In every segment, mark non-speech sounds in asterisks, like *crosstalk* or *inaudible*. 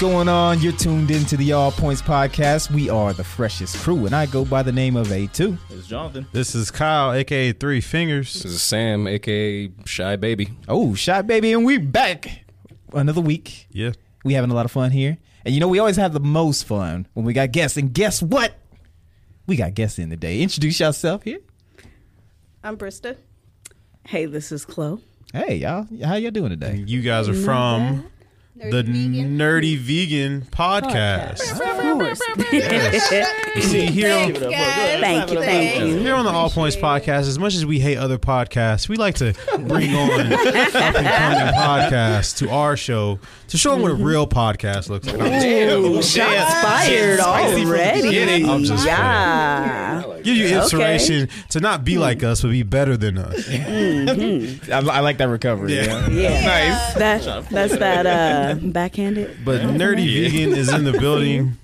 going on? You're tuned into the All Points Podcast. We are the freshest crew, and I go by the name of A2. It's Jonathan. This is Kyle, aka Three Fingers. This is Sam, aka Shy Baby. Oh, Shot Baby, and we back another week. Yeah. We having a lot of fun here. And you know, we always have the most fun when we got guests. And guess what? We got guests in today. Introduce yourself here. I'm Brista. Hey, this is Chloe. Hey, y'all. How y'all doing today? You guys are from the Nerdy Vegan Podcast. See, here on, Thank you, thank you. here on the All Points Podcast, as much as we hate other podcasts, we like to bring on up and coming podcasts to our show to show them what a real podcast looks like. Oh, Damn. Shots fired already. I'm just Yeah. Give you inspiration to not be like us, but be better than us. I, I like that recovery. Yeah. Yeah. That, *laughs* that's that uh, backhanded. But Nerdy Vegan is *laughs* in the building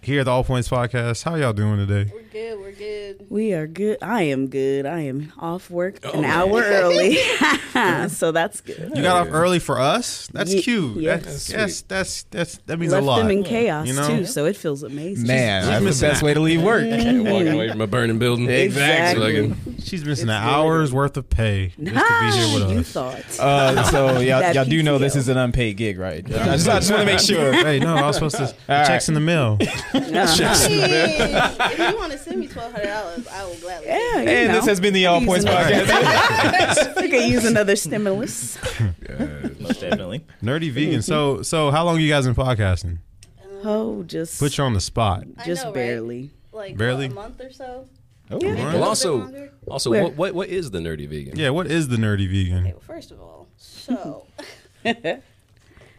here at the All Points Podcast. How y'all doing today? We're good. We're good. We are good. I am good. I am off work Oh. *laughs* an hour early. *laughs* so that's good. You got off early for us. That's Ye- cute. yes. That's that's, that's that's that means Left a lot. them in chaos, You know? too, so it feels amazing. Man, that's the missing best out. way to leave work. Mm. Walking away from a burning building. Exactly. Looking- She's missing an hour's worth of pay just to be here Ah, you with us. thought. Uh, so y'all, That y'all do know this PTO. is an unpaid gig, right? I just, I just want to make sure. *laughs* Hey, no, I was supposed *laughs* to. right. Checks in the mail. Uh-huh. if you want to send me twelve hundred dollars, I will gladly. Yeah, you And know. this has been the All He's Points an- Podcast. we could use *laughs* another stimulus. Most definitely. Nerdy vegan. So so, how long you guys been podcasting? Oh, just Put you on the spot. I just know, right? barely. Like Barely. what, a month or so. All right. Well, also, Longer? also, Where? what, what what is the Nerdy Vegan? Yeah. What is the Nerdy Okay, vegan? well, first of all, *laughs* so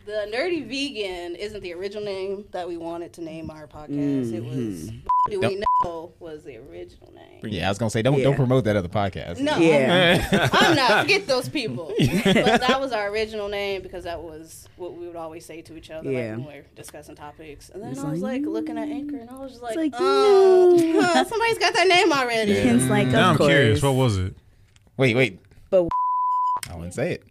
the nerdy vegan isn't the original name that we wanted to name our podcast. Mm-hmm. It was. Do we know was the original name? Yeah, I was gonna say don't Yeah. don't promote that other podcast. No, Yeah. I'm not. Forget those people. but that was our original name because that was what we would always say to each other Yeah. like when we were discussing topics. And then I was like, looking at Anchor, and I was just like, like, oh, huh, somebody's got that name already. Ken's like, Now I'm of course. curious. What was it? Wait, wait. But- I wouldn't say it.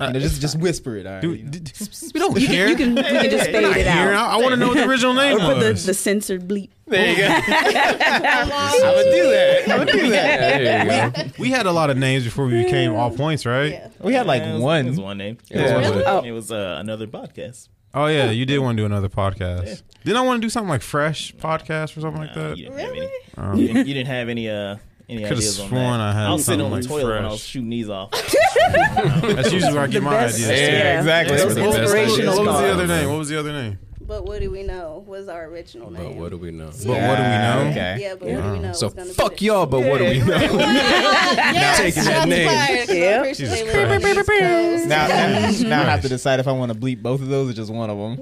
You know, just just whisper it. all right, you Dude, know. *laughs* d- d- we don't care. You can, you can just fade it Here, out. I, want to know what the original name Or put the, *laughs* was. the censored bleep. There you go. Hello. would do that. I would do that. There you go. we had a lot of names before we became All Points, right? Yeah. We had like Yeah, it was- It one. was one name. Yeah. It was, Really? one- it was, uh, another podcast. Oh yeah, you did want to do another podcast. Didn't I want to do something like Fresh podcast or something like Uh, that? you didn't have any. You, didn't, you didn't have any. Uh, any Um, Could've ideas sworn on that. I had was sitting on the something like toilet when I was fresh. shooting these off. Oh. That's usually where I get my best- ideas. Yeah, too. exactly. That's What, the was- best what was idea. what was the other name? What was the other name? But what do we know was our original But name? what do we know? But what do we know? Okay. yeah, but what do we know? So was gonna be fuck the- y'all, but what do we know? yes, taking that shots name. fired, 'cause I Yep. appreciate Jesus where Christ. this goes. Now, now, now I have to decide if I want to bleep both of those or just one of them.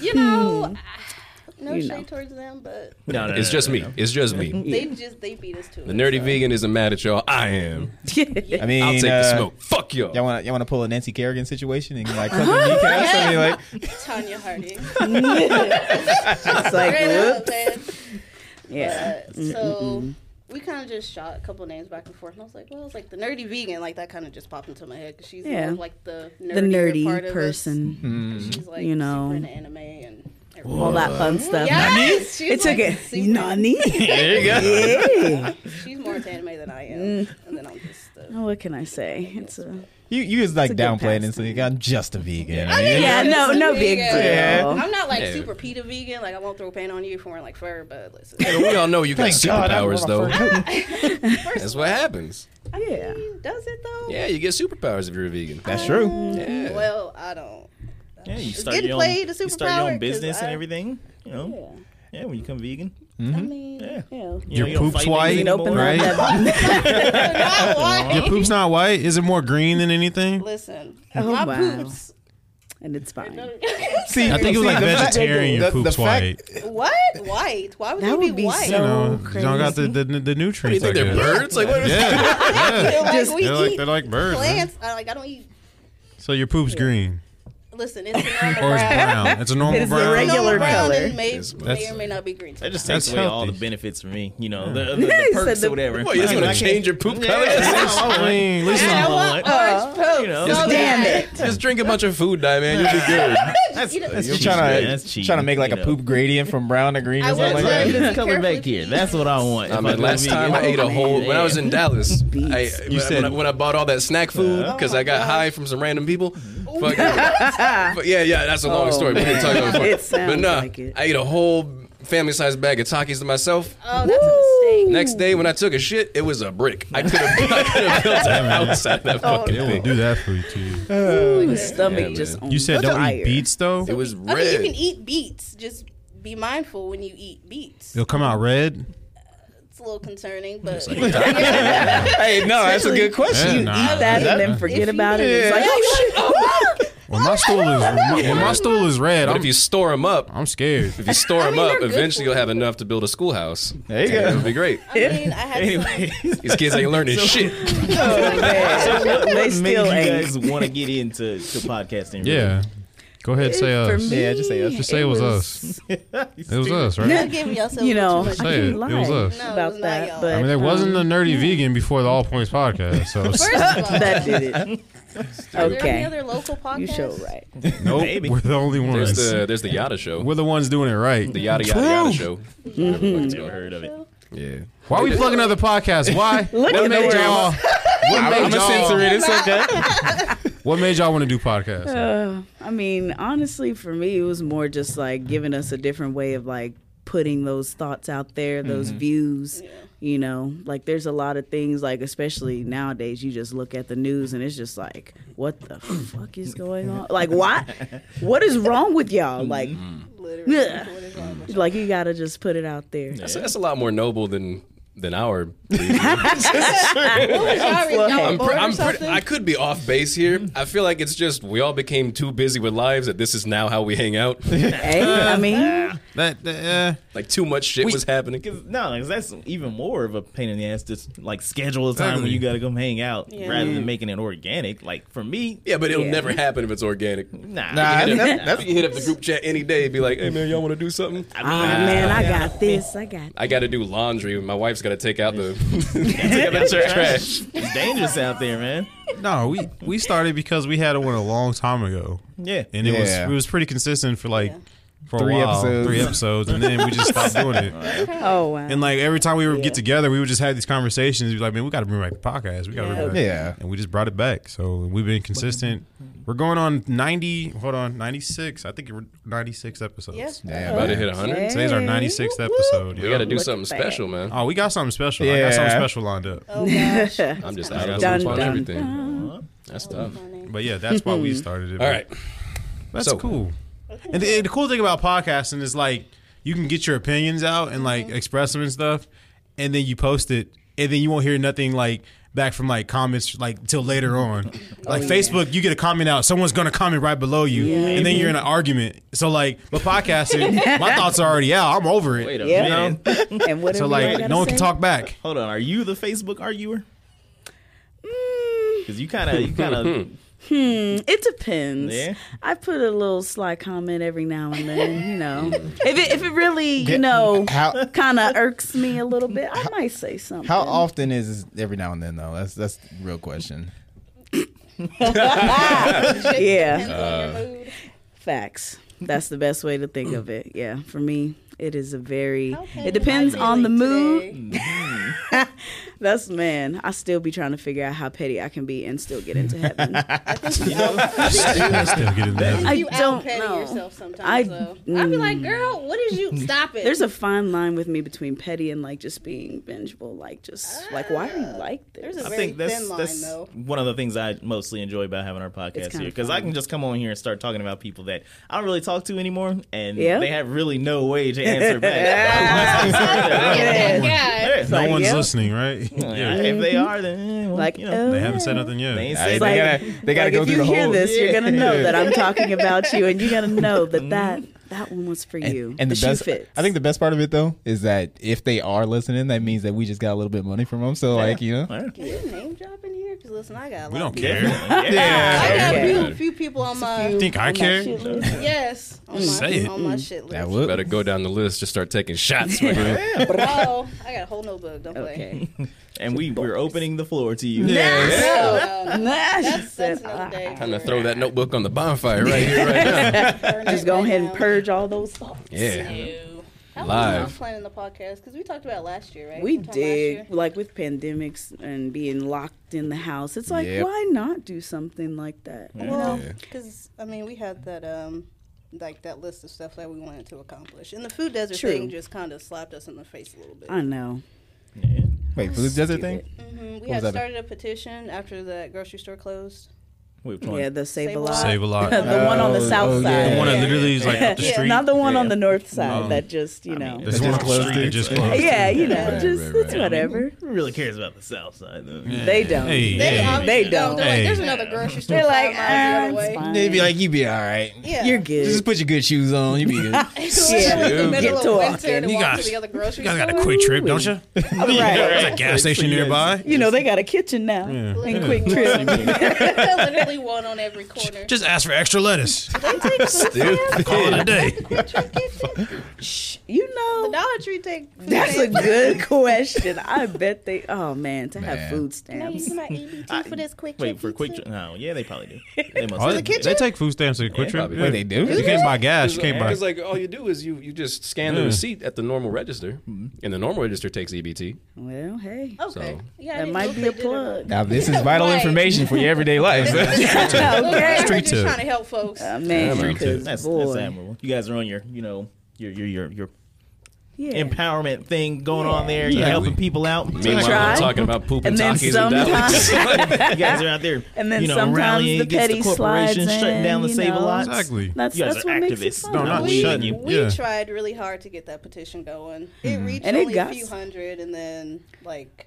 You know, no You know. shade towards them, but no, no, no, It's no, just no, me. no. It's just me. they just they beat us to The Nerdy Vegan isn't mad at y'all. I am. I mean, I'll take uh, the smoke. Fuck Y'all y'all. want to y'all want to pull a Nancy Kerrigan situation and like Uh-huh. come to kneecaps? I mean, like Tanya Hardy. It's like, Straight whoop. up, man. yeah. But, so we kind of just shot a couple names back and forth, and I was like, well, it's like the nerdy vegan, like that kind of just popped into my head because she's Yeah. more of, like the nerdy The nerdy part of person. Us. Mm-hmm. She's like You know. super into anime and everything. All that fun stuff. Yes, she's It took like it. super- Nani? there you go. Yeah. She's more into anime than I am, Mm. and then I'm just. Uh, Oh, What can I say? It's a. You you was like It's a good downplaying this. pastime. Like, I'm just a vegan. Yeah, no, no big deal. I'm not like Yeah. super PETA vegan. Like I won't throw paint on you for wearing like fur, but listen. We all know you got God, I superpowers, though. wanna forget. That's what happens. Yeah. Does it though? Mm, Yeah, you get superpowers if you're a vegan. That's true. Yeah. Well, I don't. Yeah, you It's start getting your played own, a you start your superpower own 'cause business and I- everything. You know, Yeah. yeah. when you become vegan, I Mm-hmm. mean, yeah. Yeah. You Your know, you don't poop's fight things white, It anymore. opened Right? up that. *laughs* not why. Your poop's not white. Is it more green than anything? Listen, Oh, my wow. poops. And it's fine. See, I think it was like see, the fact- vegetarian. Your the- the poop's fact- white. *laughs* What? White? Why would That they would be, be white? You so- know, Oh, y'all got the, the the You nutrients. think they're I guess. birds? Like, what is Yeah, yeah. Like, Just- we They're like eat they're like birds. man. plants. I, like I don't eat. So your poop's green. Listen, it's a normal Or it's brown. brown. It's a normal It is the brown. regular Normal brown color. and May, It's- may that's- or may not be green. That just That's takes away all the healthy. benefits for me. You know, the, the, the He said perks the- or whatever. What, you just I want to can't- change your poop color? *laughs* I I want- mean, at least I it's- want orange poke. you know. so Damn bad. it. Just drink a bunch of food dye, man. You'll be good. That's, that's You You're trying cheating. to That's cheating, trying to make like you a know. poop gradient from brown to green or I something like was that. like- this color Carefully back here. That's what I want. I If mean, go Um, last vegan. time I Oh, ate a whole. When I was *laughs* in Dallas, I, You when, said- I, when I bought all that snack food Oh, because I got high from some random people. Fuck yeah. but yeah, yeah, that's a long Oh, story. We didn't talk about man. it. It sounds but nah, like it. I ate a whole family-sized bag of Takis to myself. Oh, that's a mistake. Next day when I took a shit, it was a brick. I could have *laughs* I could *laughs* have built a house out of that Oh, fucking They thing. will do that for you too. My stomach Yeah, just on You said don't fire. eat *laughs* beets though. It was I mean, you red. can eat beets. Just be mindful when you eat beets. It'll come out red. It's a little concerning, but Hey, no, that's a good question. Yeah, You nah. eat that and then If forget you- about it. It's like, *laughs* oh shit. When my stool is when my stool is red, But I'm, if you store them up, I'm scared. *laughs* if you store I them mean, they're up, good eventually you'll for have enough to build a schoolhouse. There you go. It'll be great. I mean, I had Anyway, These kids *laughs* ain't learning shit. Oh, man. they what made you still ain't. guys want to get into to podcasting? Yeah. Go ahead, say For us. me, Yeah, just say us. Just say it was us. It was us, some. right? Not giving yourself You know, too much. I *laughs* Say it. can It lie was us. No, it about was not that, y'all. but I mean, there wasn't a um, nerdy vegan before the All Points podcast, so First of *laughs* all, that did it. *laughs* Are there any Okay, other local podcasts? you show right. nope, Maybe. *laughs* we're the only There's ones. the there's the Yada show. we're the ones doing it right. the Yada Yada Yada show. Never heard of it. Yeah. Why are we plugging other podcasts? Why? Look what at made the y'all? What I'm made gonna censor y'all? it. It's okay. *laughs* What made y'all want to do podcasts? Uh, I mean, honestly, for me, it was more just like giving us a different way of like putting those thoughts out there, those Mm-hmm. views. You know, like there's a lot of things, like especially nowadays, you just look at the news and it's just like, what the fuck is going on? *laughs* Like, why? What is wrong with y'all? Like, Mm-hmm. Literally. Yeah. What is wrong with like you gotta just put it out there. That's, that's a lot more noble than than our. you? Y'all already y'all I'm bored pre- or I'm pre- something? I could be off base here. I feel like it's just we all became too busy with lives that this is now how we hang out. Hey, I mean, That, that, uh, like too much shit was happening. No, because that's even more of a pain in the ass. Just like schedule a time when Exactly. you got to come hang out Yeah. rather than making it organic. Like for me, Yeah, but it'll Yeah. never happen if it's organic. Nah, nah, *laughs* You that- can hit up- that's- you can hit up the group chat any day and be like, hey man, y'all want to do something? oh man, I got this, I got. I got to do laundry. My wife's got to take out the *laughs* *laughs* take out the trash. it's dangerous out there, man. no, we we started because we had one a long time ago, Yeah, and it Yeah. was it was pretty consistent for like for Three a while, episodes. three episodes, and then we just stopped doing it. Oh wow. *laughs* And like every time we would get together, we would just have these conversations. We'd be like, man, we got to bring back the podcast. We got to bring back. Yeah. and we just brought it back. So we've been consistent. We're going on ninety. Hold on, ninety six. I think we're ninety six episodes. Yeah. Oh, Damn. About to hit 100. Today's our Hey. ninety sixth episode. We got to do Look something at that. special, man. Oh, we got something special. I Yeah. got something special lined up. Oh gosh. I'm just out of the Dun, loop on dun, everything. That's tough. But yeah, that's why *laughs* we started it. All right. that's So- cool. And the, and the cool thing about podcasting is like you can get your opinions out and like Mm-hmm. express them and stuff, and then you post it, and then you won't hear nothing like back from like comments like till later on. Oh, Like Facebook, you get a comment out, someone's gonna comment right below you, and then you're Mm-hmm. in an argument. So like, but *laughs* podcasting, my thoughts are already out. I'm over it. Wait a Yeah. minute. And whatever. so y'all like, gotta no one say. can talk *laughs* back. Hold on. Are you the Facebook arguer? Mm. Because you kind of, you kind of, Hmm, It depends. Yeah. I put a little sly comment every now and then, you know. if it if it really, you know, How kind of irks me a little bit, I might say something. how often is every now and then though? That's that's the real question. Yeah, Depends on your mood. facts. That's the best way to think of it. Yeah, for me, it is a very. Okay, It depends on the mood. Today. That's man. I still be trying to figure out how petty I can be and still get into heaven. I think you out- I still get in there. I you don't out petty know. yourself sometimes. I- Mm. I, though. I'd be like, girl, what is you? Stop it. There's a fine line with me between petty and like just being vengeful. Like just like why are you like this? Ah, There's a I think Very that's thin line, that's though. one of the things I mostly enjoy about having our podcast kinda here because I fun. can just come on here and start talking about people that I don't really talk to anymore, and Yeah. they have really no way to answer back. Oh Yeah, *laughs* yeah. Yeah. No Like, one's yeah. listening, right? Yeah, If they are, then eh, well, Like you know, *laughs* oh. They haven't said nothing yet. they ain't They say It's like- gotta, they gotta like, go if through you the hear whole. this, you're gonna know that I'm talking about you, and you're gonna know that that that one was for you. Mm-hmm. And the shoe best, fits. I *laughs* think the best part of it though is that if they are listening, that means that we just got a little bit of money from them. So like you know, All right. Can you name drop in here? Because list, and I got. a We lot don't of care. people. yeah. I got a Okay. few, few people on my. Think I on my care? shit list. Yes, on my, Say it. on my Mm. shit list. That would. Better go down the list. Just start taking shots. my *laughs* girl. Oh, I got a whole notebook. Don't play. *laughs* Okay. And we we're opening the floor to you. So, um, That's, that's another day. Trying to throw that notebook on the bonfire right here, right *laughs* now. Just go ahead and purge all those thoughts. Yeah. How Live. long was planning the podcast? Because we talked about it last year, right? We Sometime last year. did, like with pandemics and being locked in the house. It's like, Yep. why not do something like that? Well, because I mean, we had that um, like that list of stuff that we wanted to accomplish, and the food desert True. thing just kind of slapped us in the face a little bit. I know. Wait, for the desert thing? Mhm. We was had that? started a petition after the grocery store closed. Which one? Yeah, the Save, Save a a Lot. Save a lot. the *laughs* one on the Oh, south oh, side. yeah. The one that literally is like up the Yeah, street. not the one on Yeah. the north side No. that just, you know. There's one Just up the closed street it. that just closed. yeah, you know, Right, just, right, it's right. whatever. Who really cares about the South Side though? They don't. Hey, They, hey. obviously They don't. don't. They're like, Hey. there's another grocery store. They're like, five "Ah, miles it's the other way. fine. They'd be like, you be all right. Yeah, You're good. Just put your good shoes on. You be *laughs* good. It's literally in the middle Get to of winter walking. to You walk to guys- the other grocery You guys got a store. quick trip, don't you? There's a gas station Yes. nearby. you know, they got a kitchen now and quick trip. *laughs* literally one on every corner. Just ask for extra lettuce. Stupid. Call it a day. you know, Dollar Tree take. food that's a stamps. *laughs* good *laughs* question. I bet they, oh man, to have Man. food Can I stamps. use my EBT for this quick Wait trip for a quick. pizza? Tr- no, yeah, they probably do. They must. they, they take food stamps at a quick trip. probably. Wait, they do? You can't buy gas. You can't buy. Because like all you do is you you just scan the Yeah. receipt at the normal register, and the normal register takes E *laughs* EBT. Well, hey, Okay. So- yeah, I that didn't know might if be they a did it or plug. Now, this is vital Right. information for your everyday life. *laughs* not. Okay. We're Street just tip. trying to help folks. Uh, man, man. because That's, boy, that's admirable. You guys are on your, you know, your your your your yeah. empowerment thing going on there. You're Yeah. helping people *laughs* out. Meanwhile, Try. I'm talking about poop And and, then Takis and sometimes- *laughs* Dallas. you guys are out there, *laughs* And then you know, sometimes rallying the against petty the corporation, slides shutting down the in, you save a know. lot. Exactly. That's, You guys that's are what makes it activists. fun. No, not We- we, shutting you. *laughs* we Yeah. Mm-hmm. tried really hard to get that petition going. It reached And it only got- a few hundred, and then like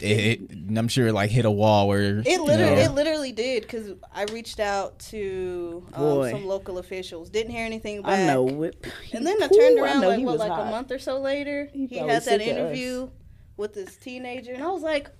It, it- and I'm sure it like hit a wall where it literally you it literally did because I reached out to um, Boy. some local officials, didn't hear anything back. I know it. And then I Ooh, turned around know like he what, was like a hot. month or so later, he, probably had that sick of us. interview with this teenager, and I was like,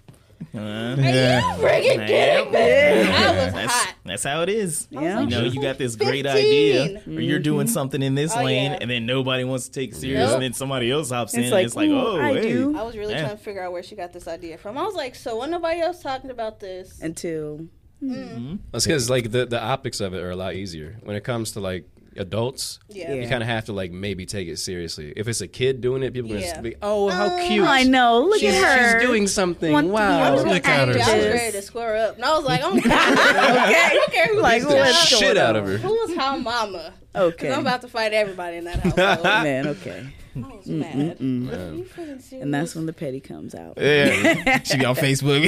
Uh, know. Yeah. "Friggin' kidding me!" I was that's, hot. that's how it is. Yeah. You know, you got this great 15. idea, or Mm-hmm. you're doing something in this Oh, lane, yeah. and then nobody wants to take it serious, Nope. and then somebody else hops in, It's and like, it's like, ooh, oh, I hey. do. I was really Yeah. trying to figure out where she got this idea from. I was like, "So, when nobody else talking about this?" Until That's because like the, the optics of it are a lot easier when it comes to like adults. Yeah. You Yeah. kind of have to like maybe take it seriously. If it's a kid doing it, people are Yeah. gonna be, oh, how cute. I know. Look She's, at her. she's doing something. Want to be wow. on Look at her. I was Yes. ready to square up, and I was like, *laughs* "Oh "I'm I okay. *laughs* don't care who Like, like the what's shit going out on? of her. who was how mama." Okay. Cause I'm about to fight everybody in that *laughs* household. I Man, okay. was mad. Are you freaking serious? And that's when the petty comes out. Yeah. she be on Facebook.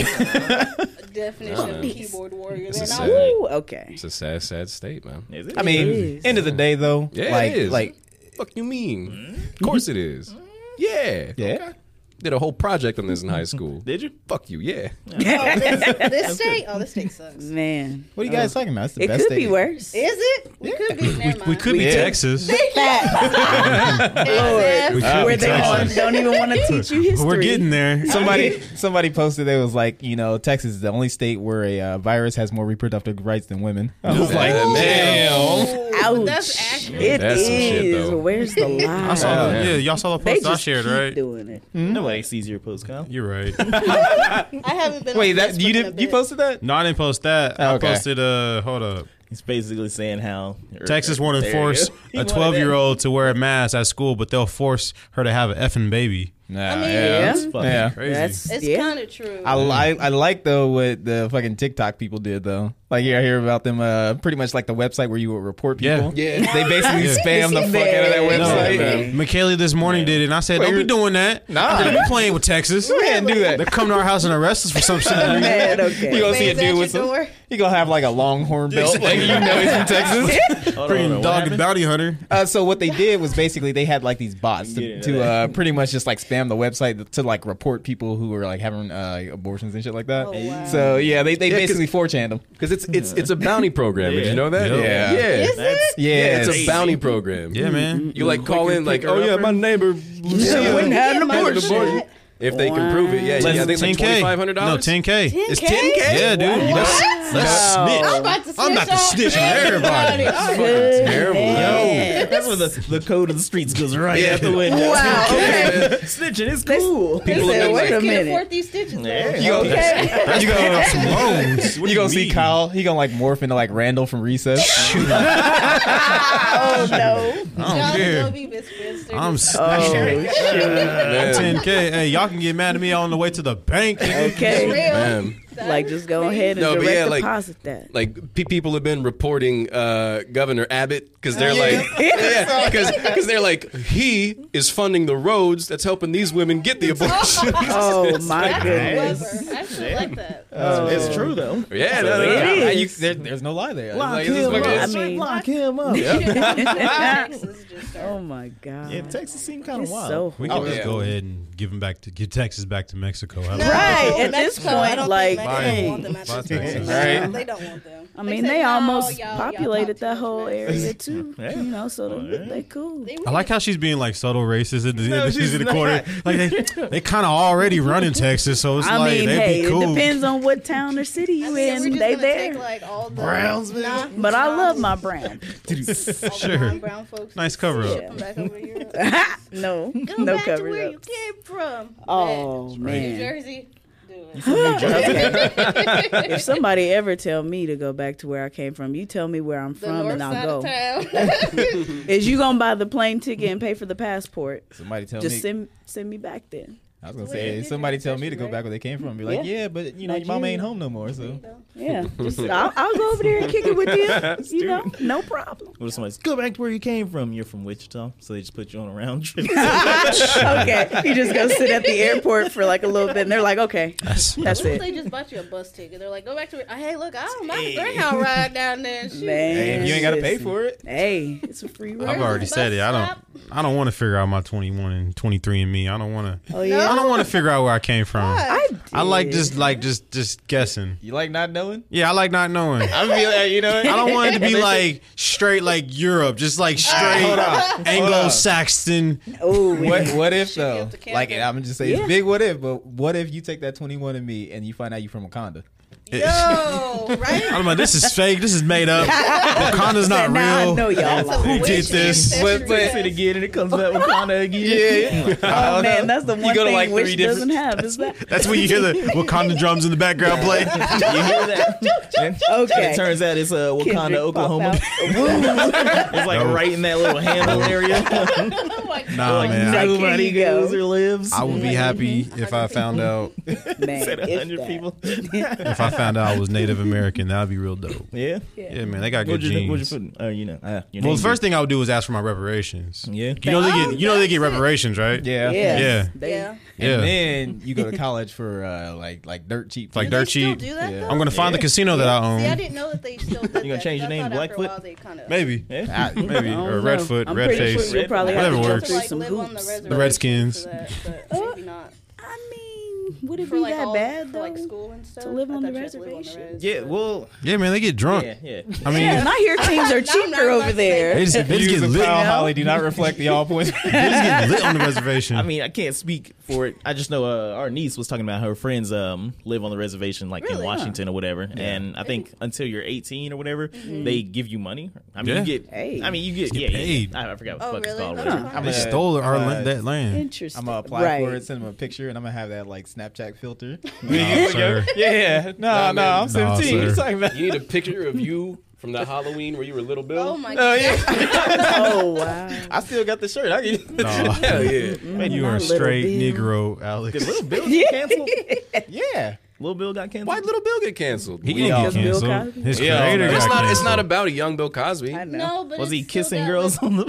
definition Yeah, of man. keyboard warrior. This Then is I sad. was Ooh, okay. It's a sad, sad state, man. Is it? I mean, is. end of the day though, Yeah, it like is. like fuck you mean? Of course it is. Yeah. yeah. Did a whole project on this in high *laughs* school. did you? fuck you, yeah. oh, this, this state, oh, this state sucks. Mm. Is Man. Oh. What are you guys talking about? It's the It best could thing. be worse. it? We could be. Never mind. *laughs* We could be *laughs* Yeah. Texas. Oh, Lord, Yes. where they Texas. don't, don't even want to teach you history. We're getting *laughs* there. Somebody somebody posted it was like, you know, Texas is the only state where a uh, virus has more reproductive rights than women. *laughs* I was like, Damn. oh. Ouch. That's accurate. It That's some shit, is. though. Where's the lie? I saw the- Yeah. yeah, y'all saw the they post I just shared, keep right? doing it. Mm-hmm. Nobody sees your post, Kyle. You're right. *laughs* I haven't been. Wait, on that you Facebook in a did you bit. posted that? No, I didn't post that. I Okay. posted uh hold up. He's basically saying how Texas There won't *laughs* you go. enforce He a wanted that. 12 year old to wear a mask at school, but they'll force her to have an effing baby. Nah, I mean, yeah. That's fucking Yeah. crazy. Crazy. That's It's yeah. kind of true. I like I like though what the fucking TikTok people did though. Like yeah, I hear about them uh pretty much like the website where you would report people. Yeah. Yeah. They *laughs* basically Yeah. spam the fuck out of that No, website. man. McKaylee this morning did it, and I said, Don't be doing that. Nah. I said, Don't be playing with Texas. You can't do They're that. coming to our house and arrest us for some shit. that we *laughs* did. Man, You okay. gonna see a Fans at dude your with some, door. he gonna have like a longhorn belt, like you know he's from Texas. *laughs* Hold on, hold Freaking on, what dog happened? and bounty hunter. Uh, so what they did was basically they had like these bots Get to, into to that. uh, pretty much just like spam the website to like report people who were like having uh, abortions and shit like that. Oh, wow. So yeah, they, they Yeah, 'cause- basically 4chan them. Because it's it's it's a bounty program. Did Yeah. you know that? Yeah. Yeah. Is *laughs* That's- *laughs* Yeah, Yeah, it's a Yes. bounty program. Mm-hmm. Yeah, man. You like call in like, picker oh yeah, upper. *laughs* my neighbor. Yeah, *laughs* Lucia, wouldn't have had an an abortion. abortion. if they can prove it. Yeah, Wow. yeah I think it's 10K. like twenty five hundred No, dollars. 10K. It's ten k. Yeah, dude. You *laughs* Let's, let's Wow. snitch. I'm about to snitch I'm about to on snitch on *laughs* everybody. Ah, Good terrible. man. That's where the, the code of the streets goes right Yeah. out the window. Wow. Okay. *laughs* Snitching is They- cool. They People have said, been wait like, a Can minute. afford these stitches. though. Yeah. You gonna, you gonna, Some loans. What you do you gonna see mean? Kyle? He gonna like morph into like Randall from Recess. *laughs* Oh no. *laughs* I don't Y'all go care. be best friends. *laughs* I'm Oh snitching. shoot. 10K. Hey, y'all can get mad at me on the way to the bank. nigga. Okay. Man. Like just go ahead and No, but direct yeah, like- deposit *laughs* that. Like pe- people have been reporting uh, Governor Abbott because they're like, yeah, because they're like he is funding the roads that's helping these women get the abortion. oh my That's goodness. *laughs* clever. I actually *laughs* like that. It's true though. *laughs* yeah, no, no, It *laughs* no. is. You- There, there's no lie there. Like, this is fucking- I it's- mean- lock him *laughs* *laughs* up. Texas just started. Oh my god. Yeah, Texas seemed kind It's of wild. so We horrible. can Oh, just yeah. go ahead and give them back to get Texas back to Mexico. I don't know. Right, at Mexico, this I point, don't like, think Mexico dang. want them at Fuck this point. Texas. No, They don't want them. I mean, said, they "No, almost y'all- y'all populated talk that too whole much, man." area too. Yeah. You know, so they, they cool. They I like how she's being like subtle racist in the, in the- she's in the not. quarter. Like they, they kind of already run in Texas, so it's I like mean, they hey, be cool. it depends on what town or city I *laughs* you mean, we're in. just They gonna there. Take, like, all the Brownsville. non- but I non- love my brand. *laughs* all the *laughs* Sure. non-brown folks. Nice cover up. Come back over here. *laughs* No, Go no back to cover where up. you came from. Oh But New man. Jersey. Do it. *laughs* If somebody ever tell me to go back to where I came from, you tell me where I'm The from north and side I'll go. *laughs* of town. Is you gonna buy the plane ticket and pay for the passport? Somebody tell me. Just send send me back then. I was gonna Wait, you say did somebody that tell me to session, go right? back where they came from. Be like, Yeah. yeah, but you know your mama Nigeria. ain't home no more, so Yeah, just I'll, I'll go over there and kick it with you. You know, no problem. What if somebody's go back to where you came from? You're from Wichita, so they just put you on a round trip. okay, you just go sit at the airport for like a little bit, and they're like, okay, That's- that's What if it. they just bought you a bus ticket? They're like, go back to where. Hey, look, I don't mind a Greyhound ride *laughs* down there. and shoot. *laughs* Man, if you ain't gotta pay listen. for *laughs* it, Hey, it's a free ride. I've already said it. I don't. I don't want to figure out my 21 and 23 and me. I don't want to. Oh yeah, I don't want to figure out where I came from. I, I like did. just like just just guessing. you like not knowing. Yeah, I like not *laughs* knowing. I I feel *laughs* like you know. what? don't want it to be like straight like Europe, just like straight Anglo-Saxon. Oh, we- *laughs* What what if be though? up to Canada. Like I'm gonna just saying, Yeah. it's big what if, but what if you take that 21 and me and you find out you from Wakanda? Yo, *laughs* right? I'm like, this is fake. This is made *laughs* up. Wakanda's not now I know real. y'all. lying. Who did Wishing this? session But- but- *laughs* Say it again, and it comes back *laughs* Wakanda again. Yeah, Oh man, that's the one go to, thing like, which three different- doesn't have is that. That's when you hear the Wakanda drums in the background play. you hear that? And- and Okay. It turns out it's uh, Kendrick Wakanda, pop *laughs* Oklahoma. *laughs* out. It's like No. right in that little handle area. *laughs* Oh my God. Nah, man. I- Nobody Like, here you goes go. or lives. I would be happy if I found out Man, *laughs* Said if 100 that. people. *laughs* *laughs* if I found out I was Native American. That would be real dope. Yeah. Yeah, man, they got good What'd you, genes. what'd you put? Oh, you know. Uh, your well, name the first thing I would do is ask for my reparations. Yeah. You know they Oh, get you know they get that's it. reparations, right? Yeah. Yeah, Yeah. They, Yeah. yeah. And then you go to college for uh, like like dirt cheap. *laughs* Like food. They dirt still cheap. do that, Yeah. though? I'm gonna find the casino that I own. See, I didn't know that they still did that. You gonna change your I name, thought after a Blackfoot? while they kinda- maybe, Yeah. maybe, I don't or know. Redfoot, I'm Red pretty Face. Sure you'll probably Whatever have to works. go through some live on hoops. reservation The Redskins. *laughs* for that, but maybe not. I mean, would it For be like that all, bad for though? like school and stuff. live I on the thought you had to live on the reservation? res, Yeah. *laughs* but- Well. Yeah, man, they get drunk. Yeah. Yeah. I mean, and I hear things are *laughs* I'm not cheaper about over to there. say- they just, they just Views get of lit. Kyle Holly do not reflect the all points. *laughs* They just get lit on the reservation. I mean, I can't speak for it. I just know uh, our niece was talking about her friends um, live on the reservation, like Really? in Washington or whatever. And I think until you're 18 or whatever, Mm-hmm. they give you money. I mean, Yeah. you get. Hey. I mean, you get. You yeah, get yeah, paid. yeah. I, I forgot what Oh, the fuck really? it's called. Huh. whatever. I'm they gonna- *laughs* *laughs* stole our uh, land, that land. Interesting. I'm gonna apply right. for it, send him a picture, and I'm gonna have that like Snapchat *laughs* filter. No, sir. *laughs* yeah, no, man. no, I'm No, 17. What sir. you talking about? You need a picture of you from the Halloween where you were little Bill. Oh my Oh god. yeah, *laughs* Oh wow. I still got the shirt. I can. No. Hell *laughs* yeah. Mm-hmm. you are a Little straight Bill. Negro, Alex. Did Little Bill *laughs* get canceled? yeah, Little Bill got canceled. Why would Little Bill get canceled? He We didn't all- get Because Bill canceled. Cosby? His Yeah, creator it's got not. canceled. It's not about a young Bill Cosby. I know. No, but it's Was he still kissing got girls *laughs* on the?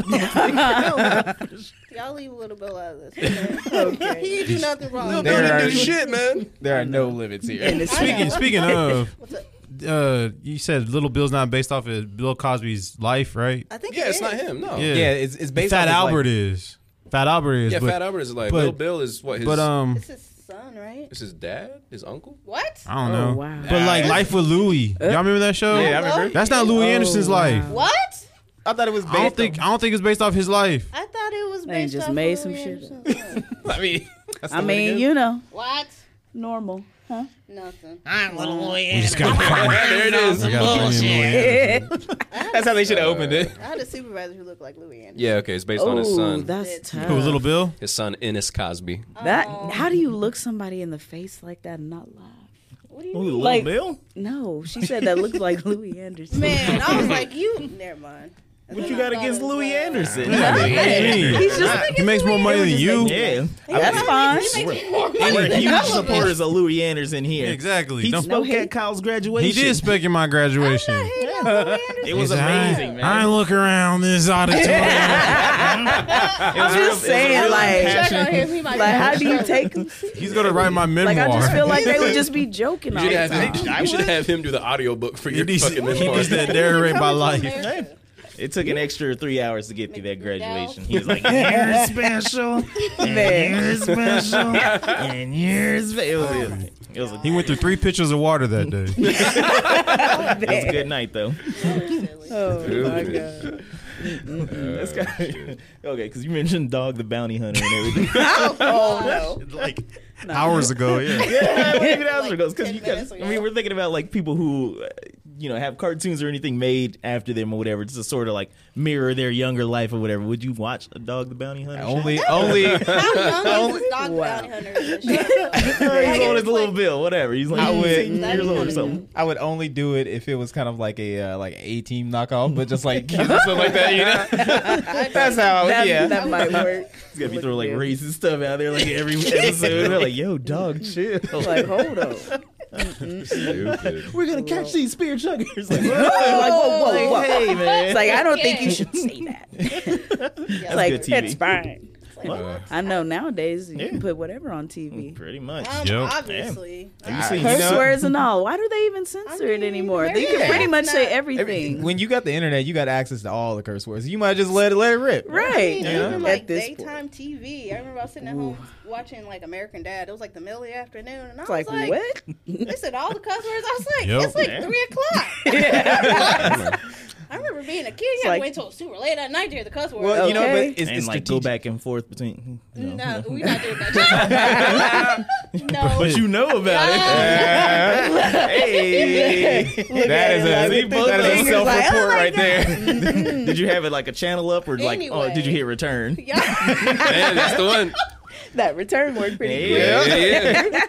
*laughs* Little, y'all leave little Bill out of this. Okay? Okay. *laughs* he didn't do nothing wrong. There Bill didn't are- do shit, man. there are no limits *laughs* here. it's Speaking, speaking *laughs* of, What's up? uh, you said Little Bill's not based off of Bill Cosby's life, right? I think Yeah, it it's is. not him. No. Yeah. Yeah, it's, it's based. Fat off his, Albert like- is. Fat Albert is. Yeah, but, Fat Albert is like but- Little Bill is what his. But um, It's his son, right? is his dad, his uncle. What? I don't Oh, know. wow. Uh. But like Life with Louie, y'all remember that show? yeah, I remember. That's not Louis Oh, Anderson's life. wow. What? I thought it was based. I don't think I don't think it's based off his life. I thought it was They based just off made of some Louis shit up. Anderson's son. *laughs* I mean, That's I the way to mean, go. you know, *laughs* What? normal, huh? Nothing. We just gotta find. there it is. we gotta bring in Louis. *laughs* That's how they should have opened it. I had a supervisor who looked like Louis Anderson. Yeah, okay. It's based on his oh, son. that's tough. Who, Little Bill? his son Ennis Cosby. That Oh, how do you look somebody in the face like that and not laugh? What do you Ooh, mean? Lil Like- Bill? No, she said that looked like Louis Anderson. Man, I was like, you. Never mind. What you got against Louis Anderson? he's just He makes more money than you. Yeah. that's fine. We're huge supporters of Louis Anderson here. Exactly. He Don't- spoke hate. at Kyle's graduation. He did speak in my graduation. It was He said, "I- amazing, man. I look around this auditorium. I'm just saying, like, Check on him. He might like, how be do you take? 'em? *laughs* He's gonna write my memoir. Like, I just *laughs* feel like they would just *laughs* be joking all You should, the have him, time. you should have him do the audiobook for he your needs, fucking he memoir. needs to narrate my *laughs* life. America. It took an extra three hours to get through that graduation. McDowell. He was like, "You're special, Man. you're special, and you're special." It was, it was, it was, a, He went through three pitchers of water that *laughs* day. it was *laughs* a good night, though. Oh my Dude. god. That's kinda, *laughs* okay, because you mentioned Dog the Bounty Hunter and everything. Oh no. like hours ago, yeah. *laughs* yeah, *laughs* like, even after goes because ten you guys. minutes I ago. mean, we're thinking about like people who, uh, you know, have cartoons or anything made after them or whatever, just to sort of like mirror their younger life or whatever. Would you watch a Dog the Bounty Hunter? Only, only. How young is this dog Wow. bounty hunter? in the show? he's Like, on his it's little like- bill, whatever. He's like I would- 18 years old or That's something. I would only do it if it was kind of like a uh, like a team knockoff, but just *laughs* like *laughs* kids or something like that. You know, that's how. That, Oh, yeah, that might work. It's gonna be throwing like racist stuff out there *laughs* like every episode. We're like, yo, dog, chill. Like, hold up. Like, Stupid. We're gonna catch these spear chuggers. *laughs* Like, whoa, whoa, whoa. hey It's Oh, man. like I don't think you Okay. should say that. Yeah. It's like good TV. it's fine. Well, I know nowadays you Yeah. Mm. can put whatever on TV. pretty much. Um, Yo. Obviously. You see, Curse You know- words and all. Why do they even censor it mean, anymore? You yeah. can pretty much say Not- everything. When you got the internet, you got access to all the curse words. You might just let it let it rip. Right. I mean, Yeah. even At like this daytime TV. I remember I was sitting at home watching like American Dad. It was like the middle of the afternoon, and I It's was like, like, *laughs* what? They said all the cuss words. I was like, Yep. it's like Yeah. three o'clock. *laughs* *laughs* I remember being a kid. You had like- to wait till it was super late at night to hear the cuss words. Well, you know, Okay. but it's, and it's like strategic. go back and forth between. You know, no, we're not doing *laughs* that. *laughs* no. But you know about it. hey, That is at a it like- that is a *laughs* Fingers self like, report oh my right there. did you have it like a channel up or like? Oh, Anyway. did you hit return? Yeah. Man, that's the one. That return worked pretty Yeah. quick. *laughs* Yeah, yeah.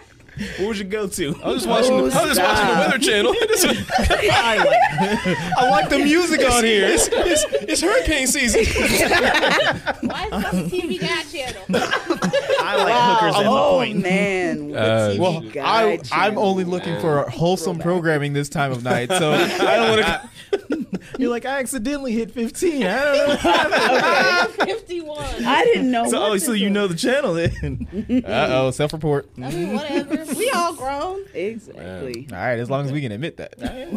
What was your go-to? I was watching. The, I was watching the Weather Channel. *laughs* I like the music on here. *laughs* It's, it's, it's hurricane season. *laughs* Why is it on the TV Guide channel? *laughs* I like hookers at Oh one point. man, what Uh, TV Well, I, guide I'm you? only looking for wholesome programming this time of night, *laughs* so I don't want to. *laughs* You're like, I accidentally hit 15. I don't know. 51. I didn't know. So, what oh, to so you do. know the channel then. Uh oh, self report. I mean, whatever. We all grown. exactly. All right, as long as we can admit that. Here.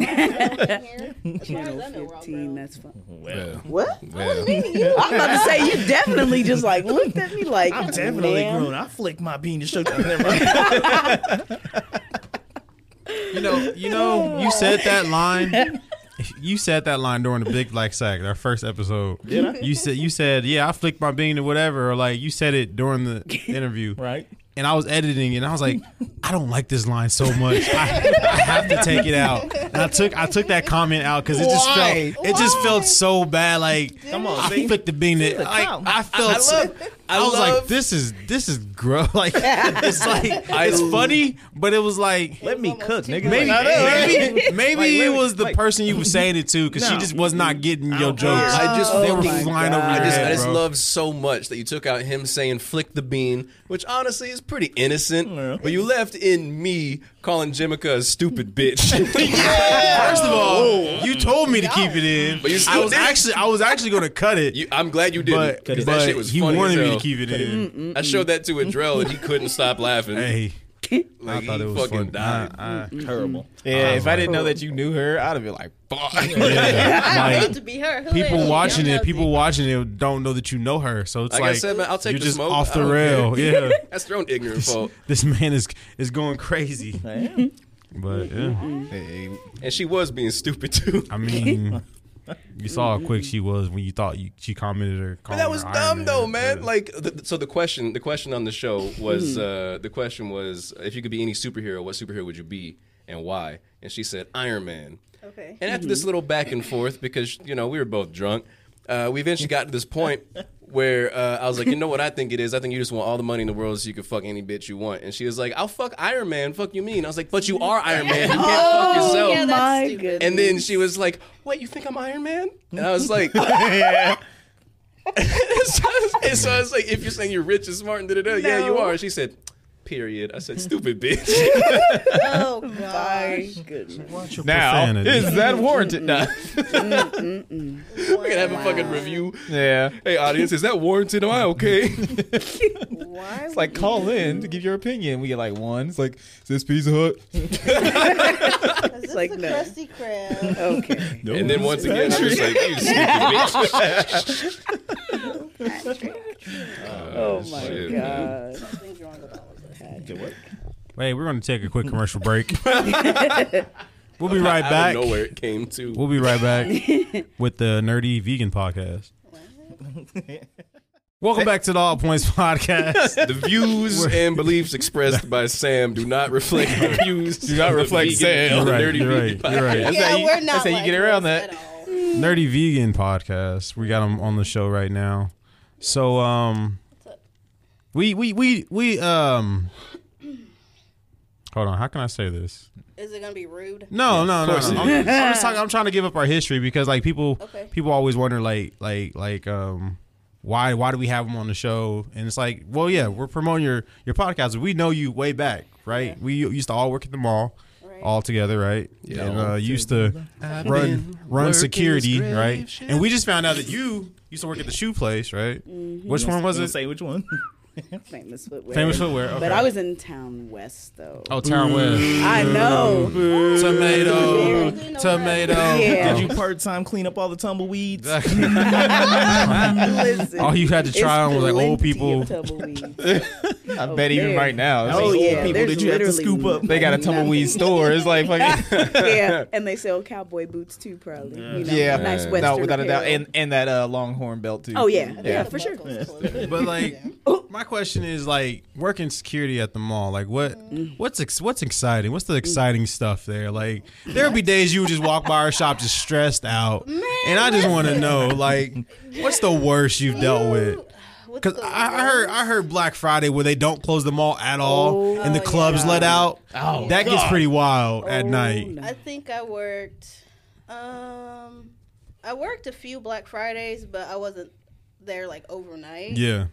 As far as I know, we're all Fifteen. grown. That's fun. Well, What? Yeah. I'm about to say you definitely just like looked at me like *laughs* I'm definitely ma'am. grown. I flick my bean to show Never mind. You know, you know, you said that *laughs* line. You said that line during the Big Black Sack, our first episode. Did I? You said you said, yeah, I flicked my bean or whatever, or like you said it during the *laughs* interview. Right? And I was editing and I was like, I don't like this line so much. I, I have to take it out. And I took I took that comment out because it just felt Why? it just felt so bad. Like Come on, I see? flicked the bean. That, a like, clown. I felt. I so- love- I was like, love- this is this is gross. *laughs* Like it's like it's funny, but it was like Let me cook, nigga. Maybe, Like, maybe, *laughs* maybe Like, it let me- was the like- person you were saying it to because No. she just was not getting your jokes. I just they were Oh my flying God. over I your just, head, I just bro. love so much that you took out him saying "flick the bean," which honestly is pretty innocent, but you left in me calling Jimica a stupid *laughs* bitch. First of all, Oh, you told me to keep it in. Oh. But you I still was did. actually, I was actually going to cut it, You- I'm glad you didn't, but, because but that shit was he funny. wanted as me to hell. keep it in. I showed that to Adrell and he couldn't stop laughing. Hey, like, I thought he it was fucking funny. died. *laughs* Nah, I- Terrible. Yeah, if I didn't know that you knew her, I'd have been like, fuck. I like, love to be her. Who is people she? watching Y'all it, know people watching it don't know that you know her, so it's Like I like said, man, I'll take you're the just smoke. off I the don't rail. Yeah, *laughs* *laughs* That's their own *laughs* ignorant fault. this man is is going *laughs* crazy, but yeah, Hey, And she was being stupid too. *laughs* I mean. You saw how quick she was when you thought you, she commented or. But that was dumb though, man. Like, th- so the question, the question on the show was, uh, the question was, if you could be any superhero, what superhero would you be and why? And she said Iron Man. Okay. And after this little back and forth, because you know we were both drunk, uh, we eventually got to this point where uh, I was like, you know what I think it is? I think you just want all the money in the world so you can fuck any bitch you want. And she was like, I'll fuck Iron Man. Fuck you mean? I was like, but you are Iron Man. You can't fuck yourself. yeah, that's My stupid. goodness. And then she was like, "Wait, you think I'm Iron Man?" And I was like, *laughs* "Yeah." so, I was- and so I was like, "If you're saying you're rich and smart and da da da, yeah, you No. are." And she said, "Period." I said, "Stupid bitch." *laughs* Oh gosh. My goodness. Now, Profanity. "Oh, is that warranted? Nah. We're gonna have a fucking review. yeah. Hey, audience, is that warranted? Am I okay? *laughs* Why? It's like call in to give your opinion. We get like one. It's like is this Pizza *laughs* Hut. is this like the no. Krusty *laughs* *laughs* Krab? Okay. No, Oh, and then once again, she was like, "You stupid bitch." *laughs* *laughs* Oh my shit, man. god. Things wrong with all of this. Hey, we're going to take a quick commercial *laughs* break. we'll be right I back. don't know where it came to. We'll be right back with the Nerdy Vegan Podcast. Welcome back to the All Points *laughs* Podcast. the *laughs* views and beliefs expressed by Sam do not reflect the views. Do not reflect Sam. The You're right, Nerdy you're Vegan right, you're right. Podcast. *laughs* That's yeah, how you- we're not. that's how you like get around this that. At all. Nerdy Vegan Podcast. We got them on the show right now. So, um, we, we, we, we, um, hold on. How can I say this? Is it gonna be rude? No, no, no. course no. I'm, it I'm just talking. I'm trying to give up our history because like people, Okay. people always wonder like, like, like, um, why, why do we have them on the show? And it's like, well, yeah, we're promoting your your podcast. We know you way back, right? We used to all work at the mall. Right. All together, right? Yeah. And uh, used to run run security, right? And we just found out that you used to work at the shoe place, right? Mm-hmm. Which one was Don't it? say which one. Famous footwear. Mm. Famous footwear. Okay. But I was in town west though. oh, Town West. I know. Tomato, Barely know tomato. Yeah. Did you part time clean up all the *laughs* tumbleweeds? Listen, All you had to it's try on was, like, old plenty of *laughs* people. tumbleweeds. I bet even there. right now. it's Oh, like, *laughs* yeah. people there's that you have to literally scoop up. They got a nothing. tumbleweed store. It's like *laughs* fucking yeah, and they sell cowboy boots too, probably. You know, yeah, nice No, western no, without a doubt, apparel. and and that uh, longhorn belt too. oh yeah, yeah, yeah. for *laughs* sure. But *laughs* like, my question is like working security at the mall. Like, what Mm. what's ex- what's exciting? What's the exciting stuff there? Like, there'll be days you would just walk by our shop just stressed out, and I just want to know like, what's the worst you've dealt with? Because I, I heard I heard Black Friday where they don't close the mall at Oh, all, and the clubs let out. Oh, that gets pretty wild at Oh, night. no. I think I worked. Um, I worked a few Black Fridays, but I wasn't there like overnight. Yeah,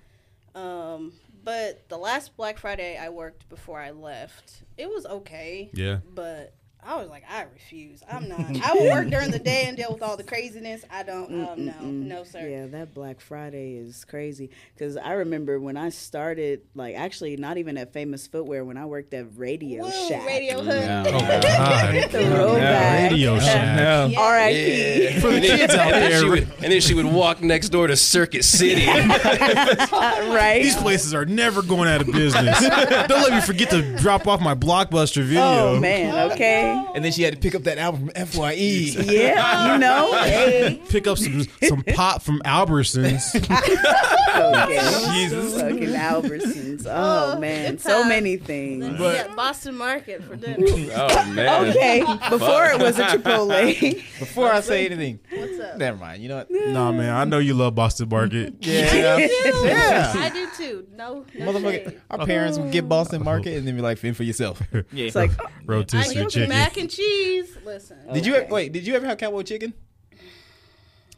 Um, but the last Black Friday I worked before I left, it was okay. *laughs* yeah. But I was like, I refuse. I'm not. I will work during the day and deal with all the craziness. I don't. Um, no, no, sir. Yeah, that Black Friday is crazy. Because I remember when I started, like, actually, not even at Famous Footwear, when I worked at Radio Woo, Shack. Radio Hood. Oh, *laughs* God. The throwback. Radio Shack. No. Yeah. R.I.P. *laughs* For the kids out there. She would, and then she would walk next door to *laughs* Circuit City. Oh, Right? These places are never going out of business. Don't let me forget to drop off my blockbuster video. Oh, man, okay. And then she had to pick up that album from E. Fye. *laughs* Yeah, you know? Hey. Pick up some some pop from Albertsons. Okay. Jesus. Fucking Albertsons. Oh, Oh, man. good So times. many things. We got Boston Market for dinner. oh man. Okay. Before it was *laughs* a Chipotle. Before I say anything, What's up? never mind. You know *laughs* what? nah, man, I know you love Boston Market. Yeah, yeah. I do too. No, no Motherfucker, shade. our parents would get Boston Market and then be like, "Fend for yourself." Yeah. It's like, I Rotisserie do chicken. mac and cheese. Listen, Oh, Did you ever, wait? Did you ever have cowboy chicken?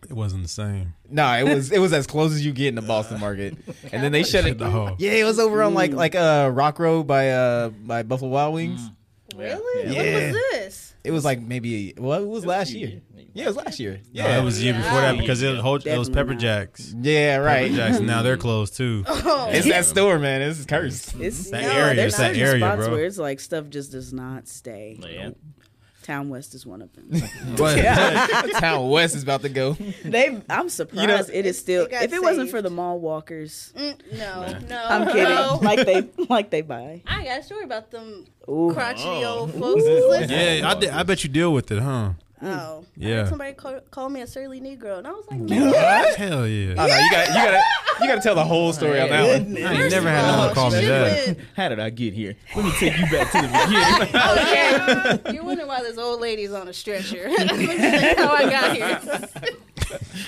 It wasn't the same. Nah, it was it was as close as you get in the Boston Market, and then they shut it. *laughs* No. Yeah, it was over on like like uh Rock Road by uh by Buffalo Wild Wings. really? What Yeah. was *laughs* this? It was like maybe well, it was last year. Yeah, it was last year. Yeah, Yeah, it was the year before that because it, whole, it was Definitely Pepper not. Jacks. yeah, Pepper right. Jacks. Now they're closed too. Oh, *laughs* It's that store, man. It's cursed. *laughs* it's That no, area, There's that certain area, spots bro. where it's like stuff just does not stay. Yeah. Town West is one of *laughs* them. But Town West is about to go. They, I'm surprised it is still. it if got it wasn't for saved. the mall *laughs* walkers, mm, no, no. I'm kidding. No. Like they, like they buy. I got a story about them Ooh. crotchety old folks. Listen, Yeah, I, did- I bet you deal with it, huh? Oh, I Yeah. heard somebody call, call me a surly Negro, and I was like, man, What? Hell yeah. Oh, no, you got you got you got to tell the whole story on that one. I ain't never had oh, no one call she me that. *laughs* went- *laughs* *laughs* How did I get here? Let me take you back to the beginning. *laughs* okay, you're wondering why this old lady's on a stretcher. *laughs* Let me tell you how I got here.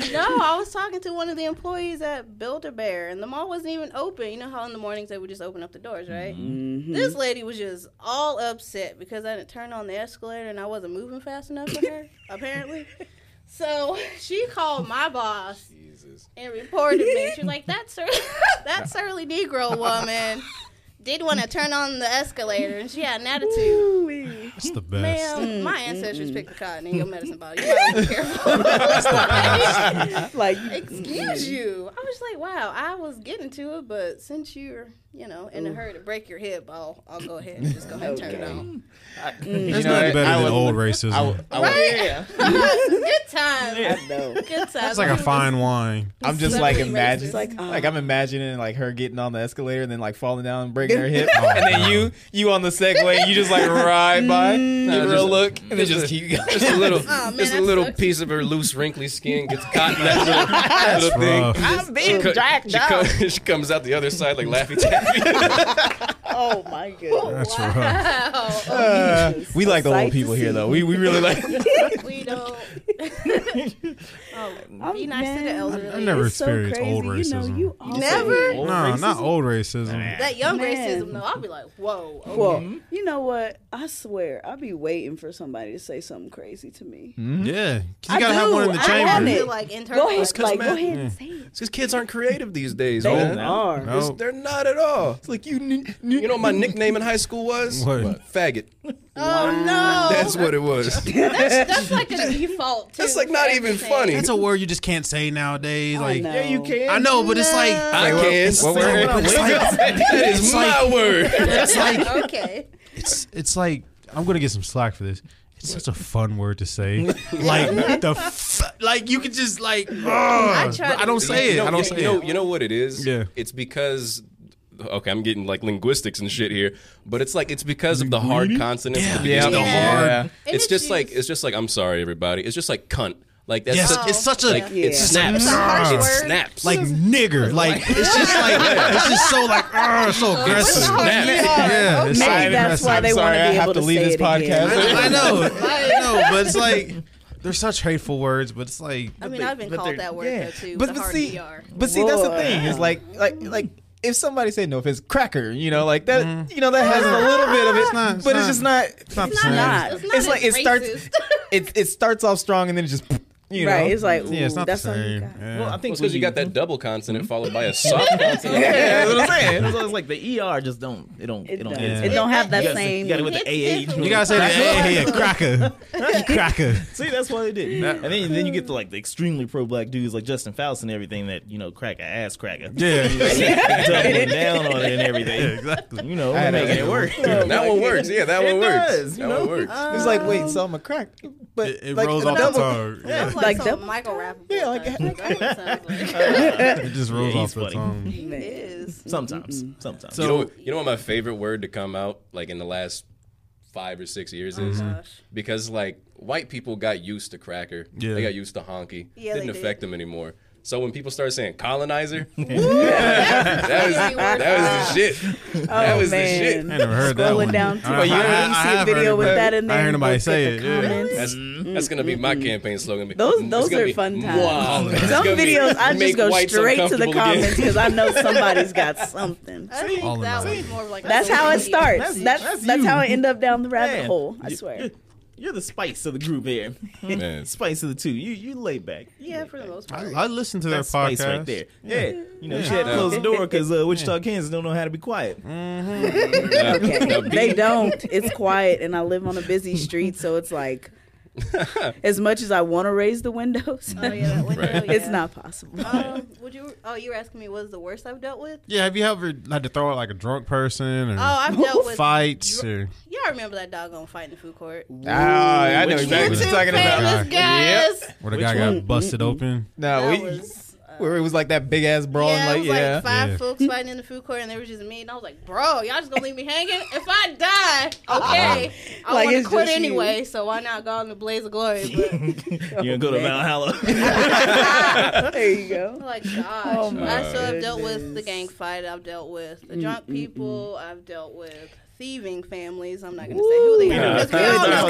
*laughs* no, I was talking to one of the employees at Builder Bear, and the mall wasn't even open. You know how in the mornings they would just open up the doors, right? Mm-hmm. This lady was just all upset because I didn't turn on the escalator and I wasn't moving fast enough for her, apparently. So she called my boss and reported me. She was like, that, *laughs* sur- that surly Negro woman did want to turn on the escalator, and she had an attitude. That's the best. Ma'am, my ancestors picked the cotton in your medicine bottle. You gotta be *laughs* careful. Like, Excuse you. I was like, wow, I was getting to it, but since you're, you know, in a hurry to break your hip, I'll, I'll go ahead and just go ahead and turn *laughs* it on. *laughs* There's You know, nothing better I than was- old racism. I, w- I w- yeah. Good time. no. Good time. it's like a fine wine. I'm just like Celebrity imagining, racist. like, Like, I'm imagining like her getting on the escalator and then like falling down and breaking her hip, and Oh, no. then you you on the Segway, you just like ride by, Mm. give her a just- look, and then just just a- keep *laughs* going. just a Oh, little man, just a that little sucks. piece of her loose wrinkly skin gets caught *laughs* in that little, that little thing. Rough. I'm being *laughs* Co- dragged she, down. co- she comes out the other side like Laffy Taffy. Oh my goodness. That's rough. Wow. Uh, we like the Sight old to people here see. though. We we really like. *laughs* we don't. oh, I'm be nice to the mad. elderly. I've never It's so experienced crazy. old racism. You know, you always, Never? no, not old racism. That young Man. racism, though, I'll be like, whoa. Okay. Well, you know what? I swear, I'll be waiting for somebody to say something crazy to me. Hmm? Mm-hmm. Yeah, 'Cause I you gotta have do. one in the I I want chamber. it. feel like internal. Go ahead, It's 'cause like, go man- ahead and say it. Because kids aren't creative these days, They man. are. No. It's- They're not at all. It's like you, kn- You know what my nickname in high school was? What? Faggot. Oh, no. That's what it *laughs* was. That's like *laughs* a default. Too, That's like not for even everything. *laughs* funny. That's a word you just can't say nowadays. Like, no. Yeah, you can. I know, but it's like, Oh, I Like, can. It's, but it's like, *laughs* that is my *laughs* word. it's like, okay. it's, it's like, I'm gonna get some slack for this. It's such a fun word to *laughs* say. like the, f- like you could just like, ugh, I, tried to don't do say You it. know- I don't you, say you know, it. you know what it is? Yeah. It's because. Okay, I'm getting like linguistics and shit here, but it's like it's because of the hard consonants. Yeah, Yeah. the Yeah. hard. Yeah. And It's it's just like used- it's just like I'm sorry, everybody. It's just like cunt. Like that's Yes, such, it's such a like Yeah. it snaps. It's a harsh It word. snaps. like nigger. Like *laughs* it's just like it's just so like, ugh, so aggressive. Yeah, it's so Maybe that's aggressive. why they want sorry, to I be have able to to leave say this it again. podcast. I know, I know, but it's like they're such hateful words. But it's like I mean, I've been called that word Yeah. though too. But, the but hard see, ER. but see, that's the Boy. thing. It's like like like if somebody said no offense, cracker, you know, like that, you know, that has a little bit of it, not- it's but it's not- just not. not It's not. It's It's, not it's like it as starts. racist. *laughs* It it starts off strong and then it just you know. Right? It's like, ooh, Yeah, it's not that's the all you same. got. Yeah. Well, I think because you got that double consonant followed by a soft consonant. yeah, That's what *laughs* I'm saying. So it's like the ER just don't. It don't. It, It, don't. does. hit. it don't have that You gotta- same. You gotta go with the AH. you gotta say that. Hey, hey, *laughs* hey, cracker, cracker. See, that's why they did. And then, then you get to like the extremely pro black dudes like Justin Faust and everything that you know crack a ass cracker. Yeah, *laughs* doubling down on it and everything. exactly. You know, I had we're making a- it *laughs* work. That one works. Yeah, that It one works. does, you that know? one works. It's like um, wait, so I'm a crack, but It, it like, rolls the off the double- tongue. *laughs* That's like, Like some double- Michael Rappaport. Yeah, like- thing. That's what it sounds like. It just rolls Yeah, off he's the funny. tongue. It is. Sometimes, sometimes. you know, you know what my favorite word to come out like in the last five or six years is Gosh. because like white people got used to cracker, Yeah. they got used to honky, Yeah, didn't they did. affect them anymore. So when people started saying colonizer, *laughs* that was Crazy word. that was the shit. that was oh, man. the shit. I never heard that Scrolling one. down to I- you, I- I see a have heard video with about that in I there. heard nobody Look at say the it, yeah. comments. That's, that's gonna be my campaign slogan. Mm-hmm. Those- It's those gonna are be, fun times. "Mwah." It's Some gonna be, videos, I "Make just go whites straight to the uncomfortable again." comments because I know somebody's got something. I think All in all. that was more of like. *laughs* a That's how it celebrity starts. message. That's that's that's, you. how I end up down the rabbit Man, hole. I you- swear. You're, you're the spice of the group here. *laughs* Man. Spice of the two. You you laid back. Yeah, for the most part. I, I listened to That their spice podcast. right there. Yeah. You know, she had to close the door because uh, Wichita Kansans don't know how to be quiet. *laughs* Mm-hmm. Okay. *laughs* Now, they don't. It's quiet, and I live on a busy street, so it's like, as much as I want to raise the windows, *laughs* Oh yeah, that window, Right. yeah. it's not possible. Um, would you? Oh, you were asking me what is the worst I've dealt with? Yeah, have you ever had to throw out like a drunk person or Oh, I've dealt with fights or Y'all remember that doggone fight in the food court? Ah, I know Which exactly what one? you're talking about. Famous guys. where the guy got busted open? No, That we was, uh, where it was like that big ass brawl, yeah, and it was like yeah, like five Yeah. folks fighting in the food court, and they were just me. And I was like, "Bro, y'all just gonna leave me hanging? If I die, okay, I Like, want it's to quit just you. anyway. So why not go out in the blaze of glory?" But You're gonna go to Valhalla. Oh. *laughs* there you go. like, gosh, I my still have dealt with the goodness. gang fight. I've dealt with the drunk people. I've dealt with thieving families. I'm not gonna say who they are. 'cause *laughs* we all know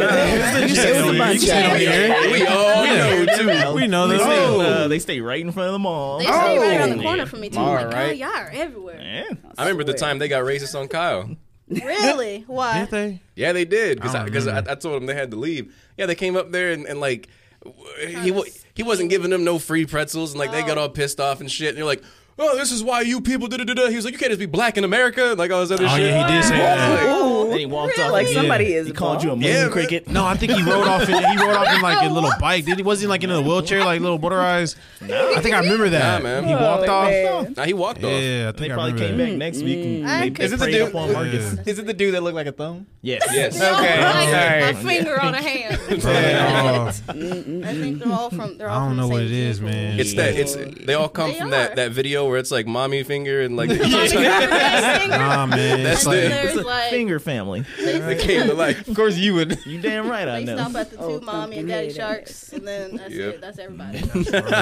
*laughs* them. You said it was a bunch. said it here. we all know Yeah. too. We know they, this. stay, Oh. uh, they stay right in front of the mall. They stay right around Oh. the corner from me too. All I'm like, right. girl, y'all are everywhere. Yeah. I remember the time they got racist on Kyle. Really? Why? Did they? Yeah, they did because I don't I, because I, Oh, remember. I told them they had to leave. Yeah, they came up there and, and like w- he to wa- he wasn't giving them no free pretzels and like they got Oh. all pissed off and shit. And they're like, "Oh, this is why you people da da da da." He was like, "You can't just be black in America." and, Like all this other Oh shit. yeah, he did say that. Ooh. Then he walked off. Like and somebody he- is He called you a bald. moon Yeah, man. cricket. No, I think he rode off. In, he rode off in *laughs* like a little bike. Did he? Wasn't he like in a wheelchair, like little motorized? I think I remember that. Nah, man. He walked Oh, off. man. Nah, he walked off. Yeah, I think They I probably remember came that. back next week. And Mm-hmm. I they, could- they Is it the preyed dude- upon Marcus. Yeah. Is it the dude that looked like a thumb? Yes. Yes. They all Okay, look like all a right. finger on a *laughs* hand. Oh. *laughs* Yeah. I think they're all from. They're all I don't from know the what same it is, people. man. It's that. It's they all come They from are. that, that video where it's like mommy finger *laughs* and like Oh, Nah, man. That's It's like, the- There's It's a like *laughs* finger family. they came to life. Of course you would. You damn right I They know. stop at the two Oh, mommy and daddy complicated. sharks, and then that's Yep. it. That's everybody.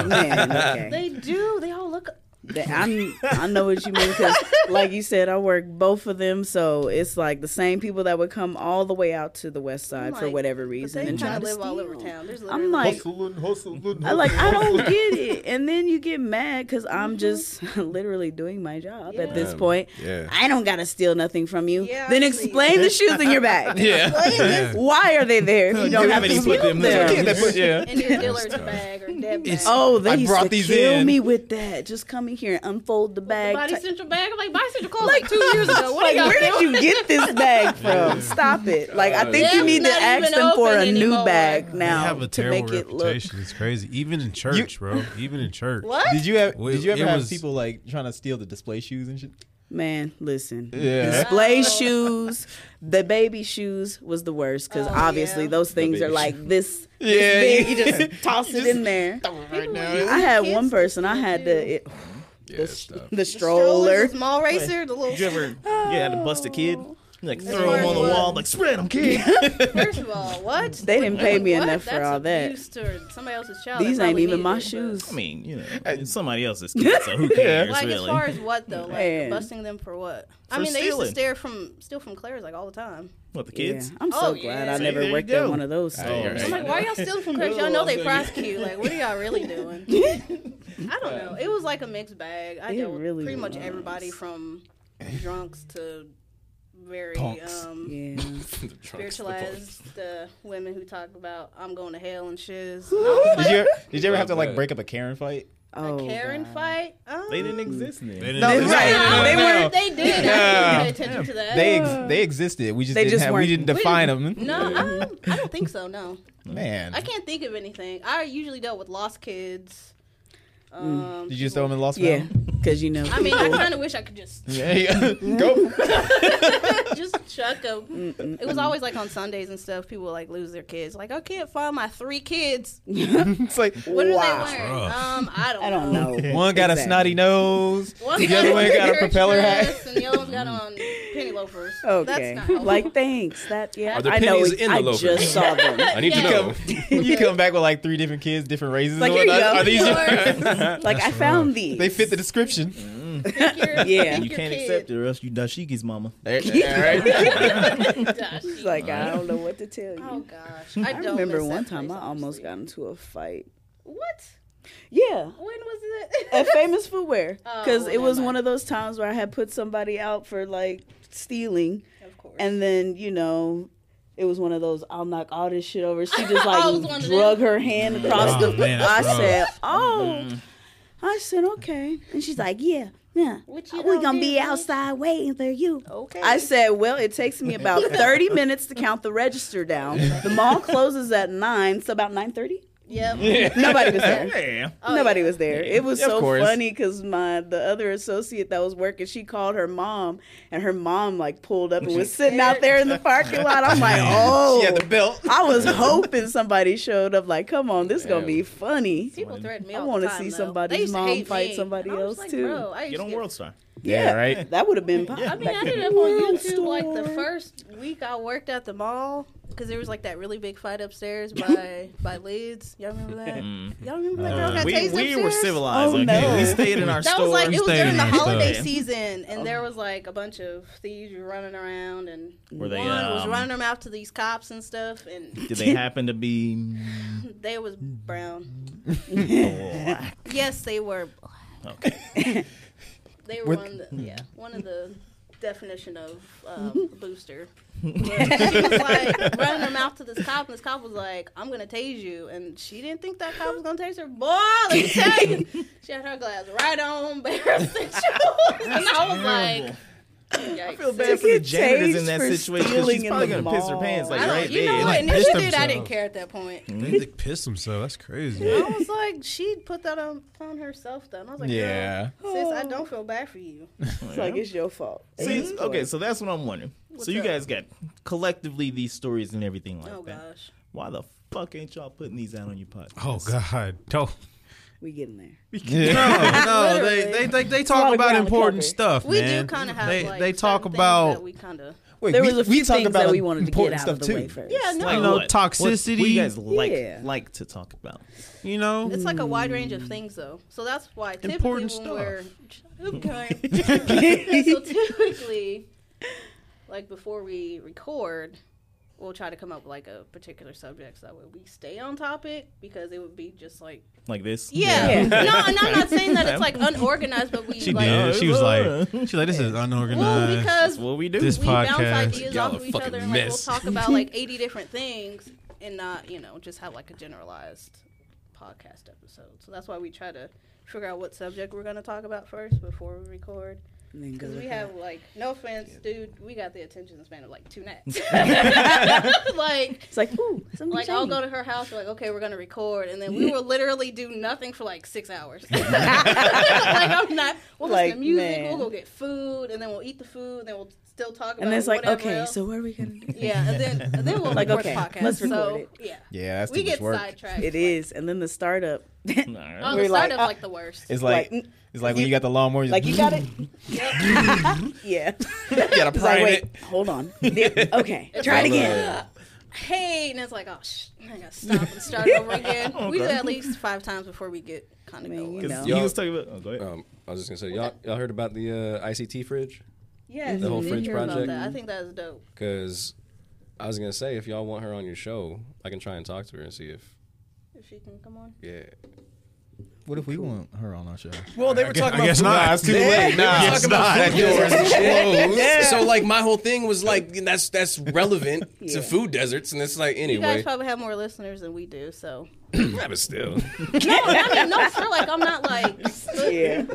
Man, okay. *laughs* they do. They all look. That- I'm, I know what you mean because, like you said, I work both of them, so it's like the same people that would come all the way out to the west side for like, whatever But reason they and try try to to live steal. all over town. There's I'm like, literally- *laughs* I like I don't get it, and then you get mad because I'm just *laughs* literally doing my job at this Yeah. point. Yeah. I don't gotta steal nothing from you. Yeah, then please. explain the shoes in your bag. Yeah. Why are they there if you don't You have haven't to even put steal them there. them? *laughs* yeah. in your Dillard's bag or dad bag. Oh, they I used brought to these kill in. me with that. Just coming here and unfold the bag. Body ti- Central bag. I'm like Body Central closed like two years ago. What like, are y'all where did doing? you get this bag from? Stop it. Like, I think you It's need to not ask even them for a open new anymore. bag they now have a to terrible make it look. reputation. It's crazy. Even *laughs* in church, bro. Even in church. What? Did you have? Well, did you it ever have was- people like trying to steal the display shoes and shit? Man, listen. Yeah. Display shoes, the baby shoes was the worst because Oh, obviously yeah. those things are baby like this. Yeah, big. You just toss it in there. People were using I had kids one to person. I do had too. the it, Yeah, the, s- stuff. the stroller, stroller. the small racer, the Did you little. ever? Yeah, had to bust a kid. Like throw where him on it the wall. was. Like spread him, kid. First of all, what? *laughs* They didn't pay me What? enough for That's all that. abuse to somebody else's child. These That ain't probably even my needed it, but- shoes. I mean, you know, it's somebody else's kid, so who cares Like as really? far as what though, like Man. busting them for what? I For mean, they used stealing. to stare from steal from Claire's like all the time. what the kids? Oh, Yeah, I'm so Oh, glad yeah. I See, never there you worked go. at one of those stores. you're I'm right. like, why are y'all stealing from Claire's? Y'all know they prosecute. Like, what are y'all really doing? I don't know. It was like a mixed bag. I It dealt with really pretty much was. everybody from drunks to very Punks. um, Yeah. The trunks, the bones. spiritualized uh, women who talk about I'm going to hell and shiz. Did you? Did you ever have to like Okay. break up a Karen fight? Oh, Karen God. fight. Um, They didn't exist then. They didn't No, exist. right. I They don't weren't- think They did. I didn't pay attention to that. They ex- they existed. We just Uh, They didn't just have, we weren't- didn't we define *laughs* them. No, um, I don't think so. No, Man, I can't think of anything. I usually dealt with lost kids. Mm. Um, did you just throw them in Lost Yeah, Valley? because you know. I *laughs* mean, I kind of wish I could just Yeah. yeah. *laughs* Go. *laughs* just chuck them. It was always like on Sundays and stuff. People like lose their kids. Like I can't find my three kids. It's like What do Wow. they wearing? Rough. Um, I don't. I don't know. one got a Exactly. snotty nose. *laughs* One The other one got a church propeller hat. dress, And the other *laughs* one got on penny loafers. Okay. That's not like thanks. That yeah. Are the I know. pennies it- in the I loafers? just saw them. *laughs* I need Yeah. to know. you come *laughs* back with like three different kids, different races. Like, and here you whatnot. go. Are these? Your- Yours. Like I found these. they fit the description. *laughs* Pick your, Yeah. pick You your can't kid. accept it, or else you Dashiki's mama. *laughs* *laughs* Gosh. Like I don't know what to tell you. Oh gosh, I, I don't remember miss one that time I place, almost honestly. got into a fight. What? Yeah. When was At *laughs* it? Famous Footwear, Oh, because well, it was never one mind. of those times where I had put somebody out for like stealing, of course. and then you know, it was one of those I'll knock all this shit over. She just *laughs* I was one like of them. drug her hand across Oh, the. man, I that's rough. Mm-hmm. said, "Oh," I said, "Okay," and she's like, "Yeah, yeah, What you we gonna gonna do, be bitch?" outside waiting for you." okay. I said, well, it takes me *laughs* about 30 minutes to count the register down. The mall closes at 9, so about 9.30? Yep. *laughs* Oh, Nobody was *laughs* there. Oh, Yeah. Nobody was there. It was Of so course. funny because my the other associate that was working, she called her mom, and her mom like pulled up and was sitting out there in the parking lot. I'm like, oh, She had the belt. I was hoping somebody showed up. Like, come on, this is gonna be funny. People threaten me. I all wanna the time, see though. somebody's They used to mom hate fight me. somebody I was else, like, too. Bro, I used Get on to World Star. Yeah, right. That would have been. Pop- I mean, back I ended then. up on World YouTube like the Star. first week I worked at the mall because there was like that really big fight upstairs *laughs* by by Lids. Y'all remember that? Y'all remember that girl got Mm. Uh, We, tased we upstairs? were civilized. Oh, okay? no. We stayed *laughs* in our That store. was like We it was stayed during in the our holiday store. season, and Oh. there was like a bunch of thieves running around, and Were they, one was um, running them out to these cops and stuff, and *clears throat* Did they happen to be? they was brown. black? Yes, they were. black. Okay. *laughs* They were, Were- one of the, yeah one of the definition of *laughs* um, booster. But she was like running her mouth to this cop, and this cop was like, "I'm gonna tase you," and she didn't think that cop was gonna tase her. Boy, let me tell you, she had her glass right on, *laughs* bare situations, and I was like, "I feel bad for the get janitors in tased that for situation 'cause stealing she's in probably the gonna piss her mall. pants like I right don't, you there. know what? Like, And if she pissed did, I didn't themselves. care at that point. They, they pissed themselves. That's crazy. I was like, she put that on, on herself, though. And I was like, yeah. *laughs* Yeah. Sis, I don't feel bad for you. It's like it's your fault. See, It's okay, so that's what I'm wondering. so you up? guys got collectively these stories and everything like Oh, that. gosh. Why the fuck ain't y'all putting these out on your podcast? Oh *laughs* God, don't. we getting there. No, no, they, Literally. they they they a lot talk of about ground to important cover. stuff. We man. do kind of have They like they talk certain things about that we kind of *laughs* Wait, There we- was a we few talk things about that we wanted to get important out of the stuff, way too. first. yeah no Like know, what? What, what toxicity. you guys like Yeah. like to talk about? you know. it's like a wide range of things though so that's why typically Important when stuff. *laughs* we're okay *laughs* so typically like before we record we'll try to come up with like a particular subject so that way we stay on topic because it would be just like Like this? yeah, Yeah. no and I'm not saying that it's like unorganized but we She like oh, did. She was like, she was like, this is well unorganized. That's because what we do. This we *laughs* podcast. bounce ideas Y'all off a of each fucking other and like, we'll mess. talk about like 80 different things and not you know just have like a generalized podcast episode so that's why we try to figure out what subject we're going to talk about first before we record And then go because with we that. have like no offense dude we got the attention span of like *laughs* two nights *laughs* like It's like ooh, something like I'll go to her house. We're like, okay, we're gonna record, and then we will literally do nothing for like six hours. *laughs* *laughs* like I'm not. We'll listen Like, to music. man. We'll go get food, and then we'll eat the food, and then we'll still talk about. and then it's like whatever okay, else. so what are we gonna do? yeah, and then and then we'll *laughs* Like, record okay, the podcast. let's so record yeah, Yeah, that's we too much get work. sidetracked. *laughs* It is, and then the startup. *laughs* Oh, We're like, the startup's uh, like the worst. It's like, Like, mm, it's like when you got the lawnmower. Like you *laughs* got it? yeah. *laughs* gotta It's like prime wait, it. hold on. The- *laughs* okay, *laughs* try it again. Hey, and it's like, oh, sh- I gotta stop *laughs* and start over again. We do that at least five times before we get kind of Man, going. you know. He was talking about. Oh, go ahead. Um, I was just gonna say, y'all, y'all heard about the uh, ICT fridge? Yes, The whole we did fridge hear about project. that. I think that is dope. Because I was gonna say, if y'all want her on your show, I can try and talk to her and see if. If she can come on. Yeah. *laughs* What if we want her on our show? Well, they were guess- I guess not. it's *laughs* too late. Nah, Guess talking about not. food doors and clothes. So like, my whole thing was like, that's that's relevant Yeah. to food deserts, and it's like You guys anyway. probably have more listeners than we do, so. *clears throat* Yeah, but still, No, I mean, no, sir. Like, I'm not like. *laughs* Yeah.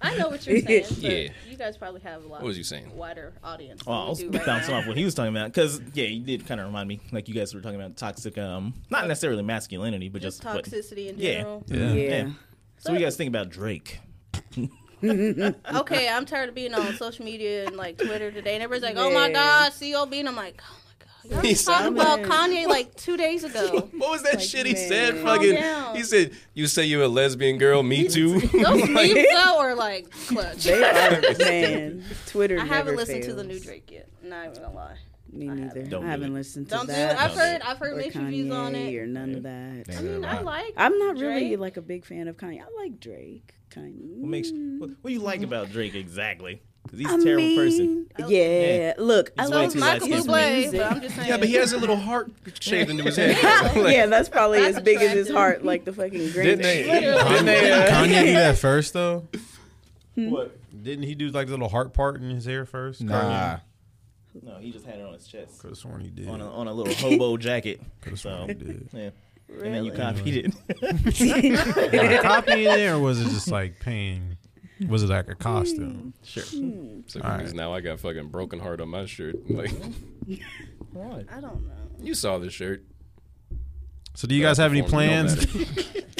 I know what you're saying. But *laughs* Yeah. You guys probably have a lot. What was you saying? Wider audience. Well, Oh, I was than we do right bouncing now. off what he was talking about because yeah, you did kind of remind me like you guys were talking about toxic, um, not necessarily masculinity, but Just just, what- toxicity in Yeah. general. Yeah. So you guys think about Drake. Okay, I'm tired of being on social media and like Twitter today, and everybody's like, "Oh my Man. God, COB," and I'm like, "Oh my God." Y'all He was talking about sounded- Kanye like two days *laughs* ago. what was that shit he man. said? Calm Fucking, down. he said, "You say you're a lesbian girl, me too." *laughs* Those memes though are like clutch. They *laughs* are man. Twitter. I haven't never listened to the new fails. Drake yet. Not even gonna lie. Me neither. Don't I do haven't it. listened to Don't do. that. I've Don't do heard. it. I've heard or mixed Kanye reviews on it. or none of that. I mean, I like. I'm not really Drake. like a big fan of Kanye. I like Drake. Kanye. What makes what, what do you like about Drake exactly? Because he's I a terrible mean, person. Yeah. Yeah. Look, I He's way love too Michael light-skinned his for me. Bublé, music. but I'm just saying. Yeah, but he has a little heart shaved into his head. *laughs* *laughs* Like, yeah, that's probably That's as big as his attractive. heart, like the fucking Didn't Grinch. they? Literally. Didn't they? *laughs* Uh, Kanye do that first *laughs* though. hmm. What? Didn't he do like the little heart part in his hair first? Nah. No, he just had it on his chest Could have sworn he did. on a, on a *laughs* little hobo jacket. Could have So sworn he did. yeah, and then you copied it. *laughs* Was there a copy in there, or was it just like pain? Was it like a costume? sure. So, because now I got fucking broken heart on my shirt. Like I don't know. you saw the shirt. So do you guys have any Performed plans? no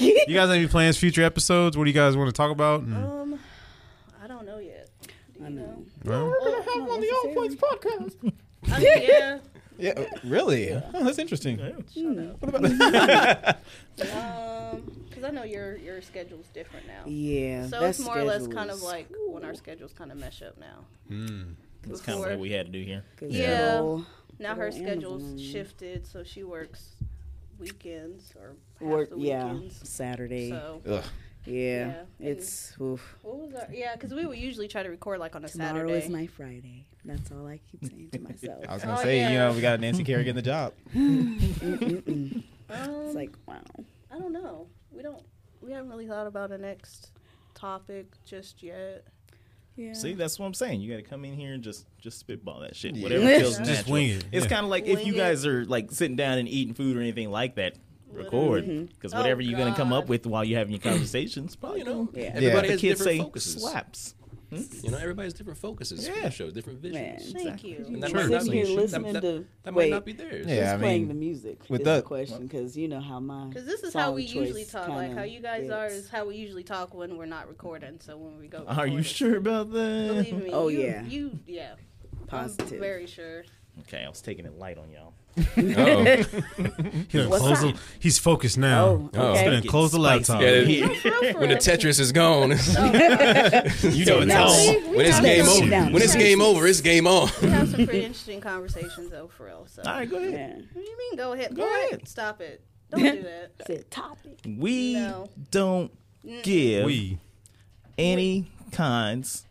you guys have any plans? Future episodes? What do you guys want to talk about? Mm, And- Um, I don't know yet. I know. well, We're gonna have him on the All Points podcast. yeah. Yeah, really? Oh, that's interesting. Um, because I know your your schedule's different now. Yeah. So that it's more or less schedule kind of is Hmm. like when our schedules kind of mesh up now. That's kind of Before- what we had to do here. good Yeah. old Now her Little schedule's Amazon. shifted, so she works weekends or half Work. the Yeah. weekends. Saturday. So Ugh. yeah. yeah, It's oof. what was our? Yeah, because we would usually try to record like on a Tomorrow Saturday. is my Friday. That's all I keep saying to myself. I was gonna Oh, say, you yeah. know, we got Nancy Kerrigan the job. Mm-mm-mm. um, it's like wow. I don't know. We don't. We haven't really thought about the next topic just yet. Yeah. See, that's what I'm saying. You got to come in here and just just spitball that shit. Yeah. Whatever Yeah. feels *laughs* Just natural. wing it, It's yeah. kind of like if Wing you it. guys are like sitting down and eating food or anything like that, record because Oh, whatever you're gonna come up God. with while you're *clears throat* having your conversations, probably You know, Yeah. everybody the has kids different say focuses. slaps. You know, everybody's different focuses for Yeah. the show, different visions. Man. Thank you. And that Sure. might not Sitting be- here that- listening that- to- that wait. might not be theirs. Yeah. Just I playing mean, the music with is the, the- question because you know how my Because this is how we song choice usually talk. Like kinda how you guys are gets. is how we usually talk when we're not recording. So when we go, Are you recording. sure about Believe that? me. Oh, you, yeah. You yeah. positive. I'm very sure. Okay, I was taking it light on y'all. Uh-oh. he done What's closed that? the- he's focused now. Oh, Oh. He's okay. gonna Getting close the spicy. laptop. Yeah. when when the Tetris *laughs* is gone, Oh, *laughs* you know it's now- all. We when it's have game some- over, down. when it's game over, it's game on. *laughs* We have some pretty interesting conversations though, for real. So. All right, go ahead. Yeah. What do you mean? Go ahead. Go What? ahead. Stop it. Don't do that. Said topic. We No. don't give We. any kinds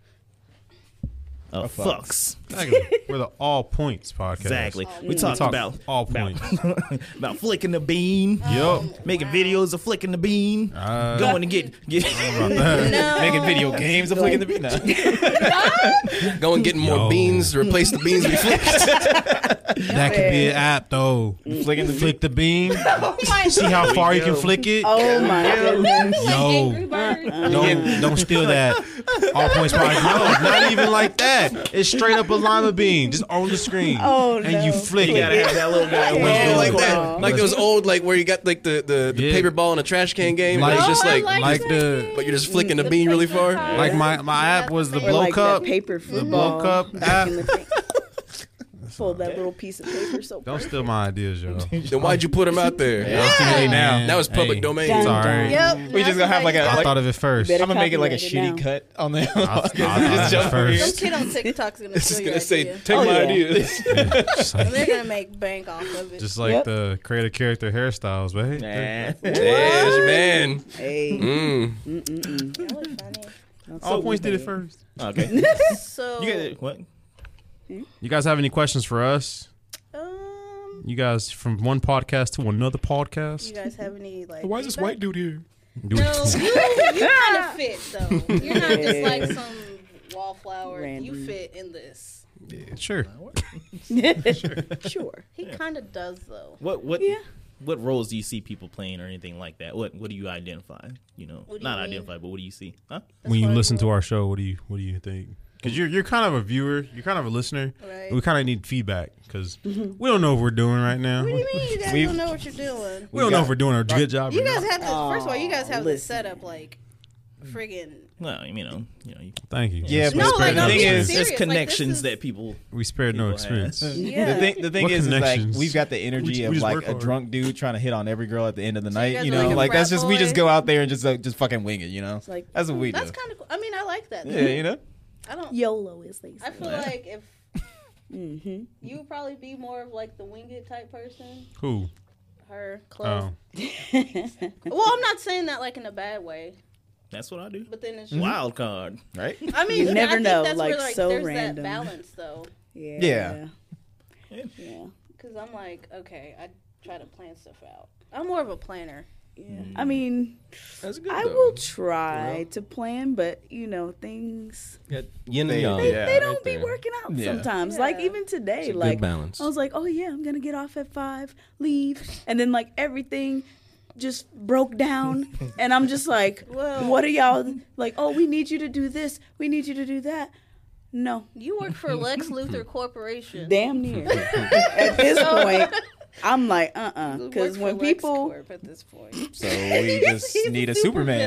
of Of fucks. fucks. Exactly. We're the all points podcast. Exactly. All We talked Talk about all *laughs* about, points. *laughs* about flicking the bean, Yup. making Wow. videos of flicking the bean, Uh, *laughs* going to get get uh, Making video games, I'm flicking the beat. No. Go and get more Yo. beans, replace the beans we flipped. that could be an app though. Flicking the Flick the beam. my See how far you can flick it. Oh my goodness. Yo, don't don't steal that. All points podcast. No, not even like that. It's straight up a lima bean, just on the screen. Oh, and no. you flick *laughs* You gotta it. have that little guy. with Yeah. you. like Wow. that, like those old, like where you got like the the, the Yeah. paper ball in a trash can game. and Like- it's just Oh, I like, like Like the but you're just flicking the bean really far. like my my app was the Or Or blow like cup. that paper the football. blow cup Ah. back app. in the thing. Fold that little piece of paper so Don't steal my ideas, *laughs* yo. Then why'd you put them *laughs* out there? now. *laughs* That was public domain. Dun, It's all dun. right. Yep. We just gonna have like a. I Like, thought of it first. I'm gonna make it like a Better copyright shitty it cut on there. *laughs* I thought Just of it jump over here. Some first. kid on TikTok's gonna It's steal your gonna say, idea. take Oh, my yeah. ideas. Just like- They're gonna make bank off of it. Just like Yep. the create a character hairstyles, man. Yes, man. Hey, Mm. That was funny. Mm-hmm. All points did it first. *laughs* okay. So, You got what? You guys have any questions for us? um, You guys from one podcast to another you podcast? guys have any like? dude here? Do No, it. you, *laughs* you kind of fit though. You're not just like some wallflower. Random. You fit in this. Sure. sure. He kind of does though. What what? Yeah. What roles do you see people playing or anything like that? What what do you identify? You know, What do you not mean? identify, but what do you see? Huh? when you what I listen to thought. our show, what do you what do you think? Because you're you're kind of a viewer, you're kind of a listener. Right. Mm-hmm. and We kind of need feedback because we don't know if we're doing right now. What do We you mean you guys We- don't know what you're doing? don't know if we're doing a good job. You or guys not. have this. First of all, you guys have this listen. set up like friggin' Well, you know, you know, you, Thank you. Yeah, but We No, spared like, no I'm the thing being is, serious. there's, there's like, this connections is- that people. we spared no People have- expense. *laughs* yeah. The thing, the thing What is, is like connections? we've got the energy We- we of just like work a hard. drunk dude trying to hit on every girl at the end of the you night. guys You are know, like a like that's frat just we just boy? go out there and just like, just fucking wing it. You know, like, that's what we do. That's kind of. cool. I mean, I like that. yeah, you know. I don't. YOLO is they I say. feel like if Mm-hmm. *laughs* you would probably be more of like the wing it type person, *laughs* Who? her clothes. Oh, Well, I'm not saying that like in a bad way, That's what I do. but then it's just, *laughs* Wild card. *laughs* Right? I mean, You never I think know, That's like, where, like so there's random. that balance though, Yeah. Yeah. Yeah. Yeah. because I'm like, okay, I try to plan stuff out. I'm more of a planner. I mean, That's Mm. good. I though. will try to plan, but you know, things Got Yin and They- yang. they- Yeah, they don't right be there. working out Yeah. sometimes. Yeah. Like even today, a good like balance. I was like, oh yeah, I'm gonna get off at five, leave, and then like everything just broke *laughs* down, and I'm just like, Well- what are y'all like? Oh, we need you to do this, we need you to do that. No, *laughs* You work for Lex Luthor Corporation. *laughs* damn near at this point. I'm like, uh, uh because when Work for Lex people, Corp at this *laughs* point, So we just He's need a supervillain.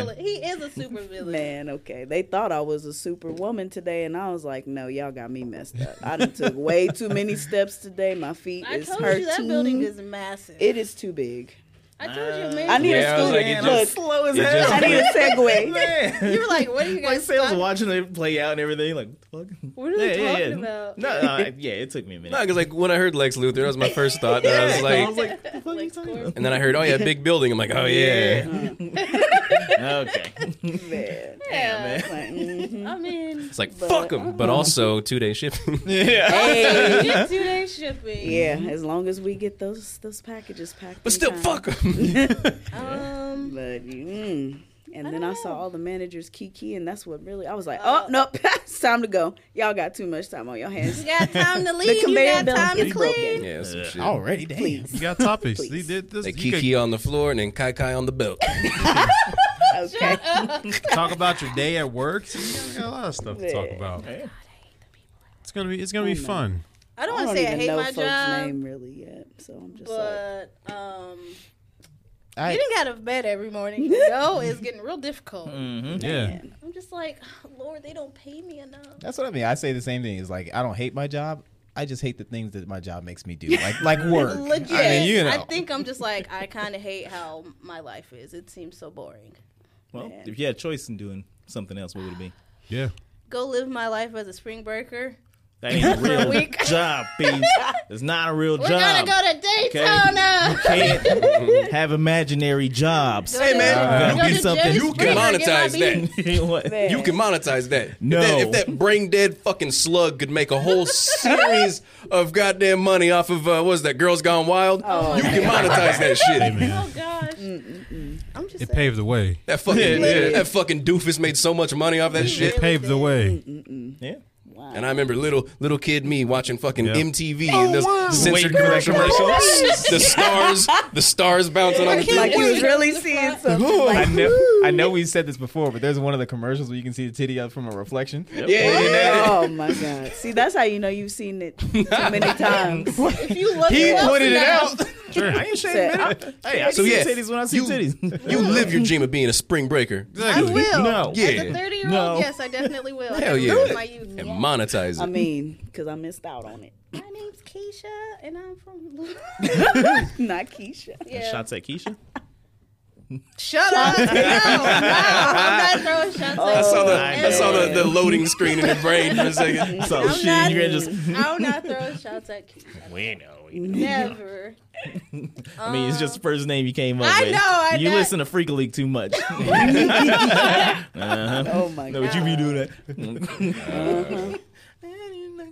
Superman. He is a super villain. man, okay, they thought I was a superwoman today, and I was like, no, y'all got me messed up. I done took way too many steps today. My feet I is told hurting. you that building is massive. it is too big. I told you, man. I need Yeah, a I was scoop. like, it Look, just- Slow as it hell. I need a segue. man. you were like, what are you *laughs* like guys sales talking- watching it play out and everything. Like, what the fuck? What are they talking yeah. about? No, no, I- yeah, it took me a minute. No, because like when I heard Lex Luthor, that was my first thought. That I was I like, was like, what the fuck are you talking about? and then I heard, oh yeah, big building. I'm like, oh yeah. *laughs* okay. Man. yeah, Like, mhm. I mean, It's like fuck them, uh-huh. but also two *laughs* day shipping. Yeah. Hey. *laughs* get two day shipping. Yeah, as long as we get those those packages packed. But in still, time. fuck them. Um, But mm. and then I, don't saw know. all the managers kiki, and that's what really I was like, Uh, oh nope, *laughs* it's time to go. Y'all got too much time on your *laughs* hands. you *laughs* got time to The leave. You conveyor got belt time to is clean. broken. yeah, some shit. Already, damn. Please, You got topics. Please. They did this. They Oh, You *laughs* could Kiki on the floor and then Kai Kai on the belt. okay. talk about your day at work. You got a lot of stuff to talk Yeah. about. It's gonna be. It's gonna Oh, be fun. I don't I want to don't say I even hate know my folks' job, name really yet, so I'm just like, but um, I- getting out of bed every *laughs* morning to go is getting real difficult. Mm-hmm. Yeah. *laughs* I'm just like, *sighs* Lord, they don't pay me enough. That's what I mean. I say the same thing. It's like I don't hate my job. I just hate the things that my job makes me do, like like work. Legit. I mean, you I know. think I'm just like, I kind of hate how my life is. It seems so boring. Well, Man. if you had a choice in doing something else, what would *sighs* it be? Yeah. Go live my life as a spring breaker. That ain't a *laughs* a real week. job, B. It's not a real We're gonna job. go to Daytona. *laughs* Can't *laughs* have imaginary jobs. *laughs* Hey man, man, be something. You can monetize *laughs* that. What? You can monetize that. If No. that. If that brain dead fucking slug could make a whole series of goddamn money off of uh, what was that Girls Gone Wild, you can monetize that shit. Oh gosh, I'm just It saying. paved the way. That fucking that fucking doofus made so much money off that shit. It paved the way. Yeah. And I remember little little kid me watching fucking Yeah. MTV and those censored Waiting for that commercial. the stars, the stars bouncing on the like TV. you was really *laughs* seeing something. I Like, know, I know we said this before, but there's one of the commercials where you can see the titty up from a reflection. *laughs* Yeah, yeah, *laughs* oh my god! See, that's how you know you've seen it too many times. If you look, He close pointed it enough- out. I ain't ashamed of it. Hey, I So, see yeah, titties when I see you- titties. yeah. You live your dream of being a spring breaker I will. No. As Yeah. a 30 year old, No. yes, I definitely will. I Hell can yeah. live my youth. and monetize it. I mean, because I missed out on it. *laughs* My name's Keisha, and I'm from. Not Keisha. yeah. Shots at Keisha. Shut up! No, no, I'm not throwing shots I at saw the Keisha. I saw the, the loading screen in the brain for a *laughs* second. So I'm she not- you're gonna just. I'm not throwing shots at Keisha. We know. Never. I mean, it's just the first name you came up uh, I with. know, I you know. listen to Freak League too much. *laughs* Oh my no, god! would you be doing that?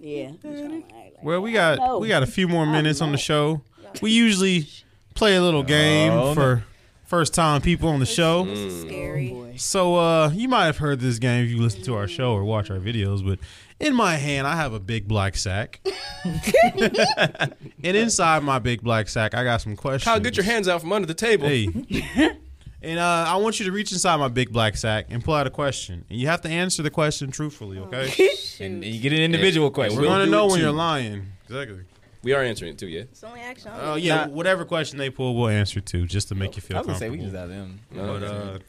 Yeah. I'm trying to act like- Well, we got we got a few more minutes on the show. We usually play a little game Oh, for first time people on the show. Scary. So uh, you might have heard this game if you listen to our show or watch our videos, but in my hand I have a big black sack. and inside my big black sack I got some questions. Kyle, get your hands out from under the table. Hey. and uh, I want you to reach inside my big black sack and pull out a question. And you have to answer the question truthfully, okay? *laughs* And you get an individual question. We're gonna do know it when too. you're lying. Exactly. We are answering it too, yeah. It's the only action. I'm Oh yeah, whatever question they pull, we'll answer to just to make you feel I was gonna say comfortable. we can just have them.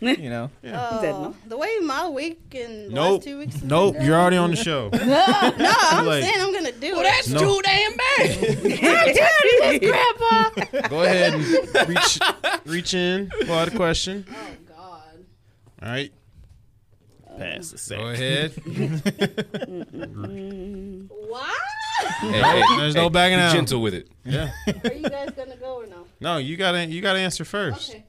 But, uh, You know, Oh, the way my week and the nope, last two weeks. nope, you're already on *laughs* the show. No, I'm late. saying I'm gonna do it. No. damn *laughs* bad. Go ahead and reach, reach in, pull out a question. oh God. All right, Pass the sack. go ahead. Why? Hey, hey, There's no backing be out. Gentle with it. *laughs* Yeah, Are you guys gonna go or no? no, you gotta you gotta answer first. Okay.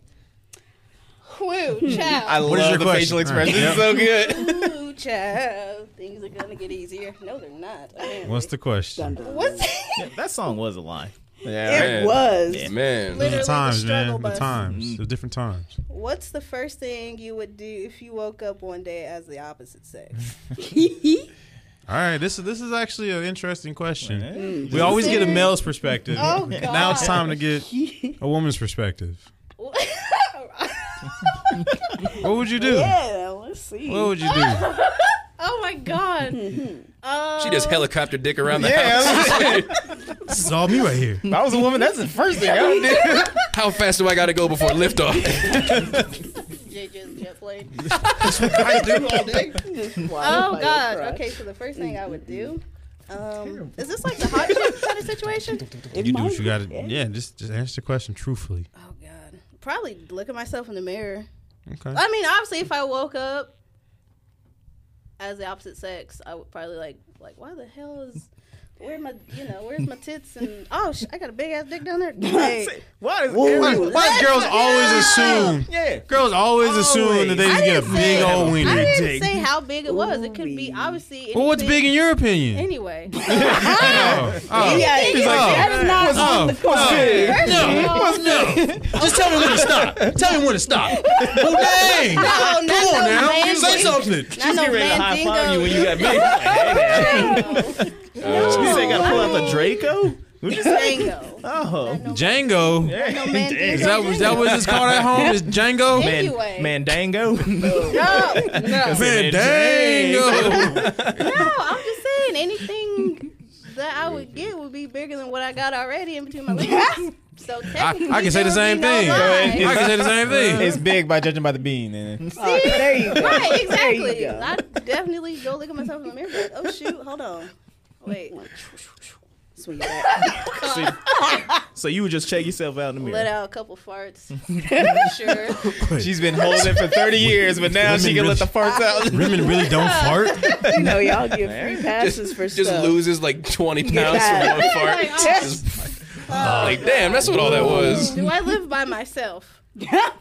*laughs* *laughs* Woo, child. I is love your the question? facial All right. expressions. It's Yep. so good. Ooh, child, things are gonna get easier. No, they're not. Anyway. What's the question? What's That song was a lie. *laughs* Yeah, It was. Yeah. *laughs* man. Literally The the times, struggle man. The bus. times. The different times. What's the first thing you would do if you woke up one day as the opposite sex? All right, this is this is actually an interesting question. Man. We always get a male's perspective. *laughs* *laughs* Oh, God. now *laughs* it's time to get a woman's perspective. What would you do? Yeah, let's see. What would you do? *laughs* oh my god. *laughs* Um, She just helicopter dick around the Yeah, house. This is all me right here. If I was a woman, that's the first thing I would do. How fast do I got to go before liftoff? JJ's *laughs* jet plane. I do all *laughs* day. Oh God. Okay, so the first thing I would do. Um, is this like the hot chick kind of situation? You do what you got to. Yeah, just just answer the question truthfully. Oh God. Probably look at myself in the mirror. Okay. I mean, obviously, if I woke up as the opposite sex, I would probably like, like, why the hell is where my, you know, where's my tits and oh, sh- I got a big ass *laughs* dick down there. Hey, Why does Why, everyone- why do girls always assume? Yeah. Girls always, assume that they I just get a didn't big say- old wiener. I didn't Dick. say how big it was. It could be obviously. Well, what's anything. big in your opinion? *laughs* Anyway, Oh, oh. Yeah, He's like, that is not on Oh, the question. first of all, just tell me when to stop. Tell me when to stop. Oh, dang. no, not Come no on now. man. Say something. Not no Get ready to high five you man when you got married. Like, hey, now. *laughs* No, You say gotta pull out I the Draco? What'd you say? mean, Django. Oh. Django. No man Dang. Is that, is that what it's called at home? Is Django? Man, Anyway. Mandango? *laughs* No, no. Man, *laughs* Django. No, I'm just saying anything that I would get would be bigger than what I got already in between my legs. So technically, I can say the there same would be no thing. lie. I can say the same thing. It's big by judging by the bean. And Oh, There you go. Right, exactly. go. I definitely go look at myself in the mirror. Like, oh shoot, hold on, wait, Swing it back. so, so you would just check yourself out in the mirror. let out a couple farts. Make sure. she's been holding for 30 years, but now she can let the farts *laughs* out. Women really don't fart. You know, y'all give free passes for Just stuff. loses like 20 pounds Yeah. from one fart. Like, oh. Just- *laughs* like, damn, that's what all that was. Do I live by myself?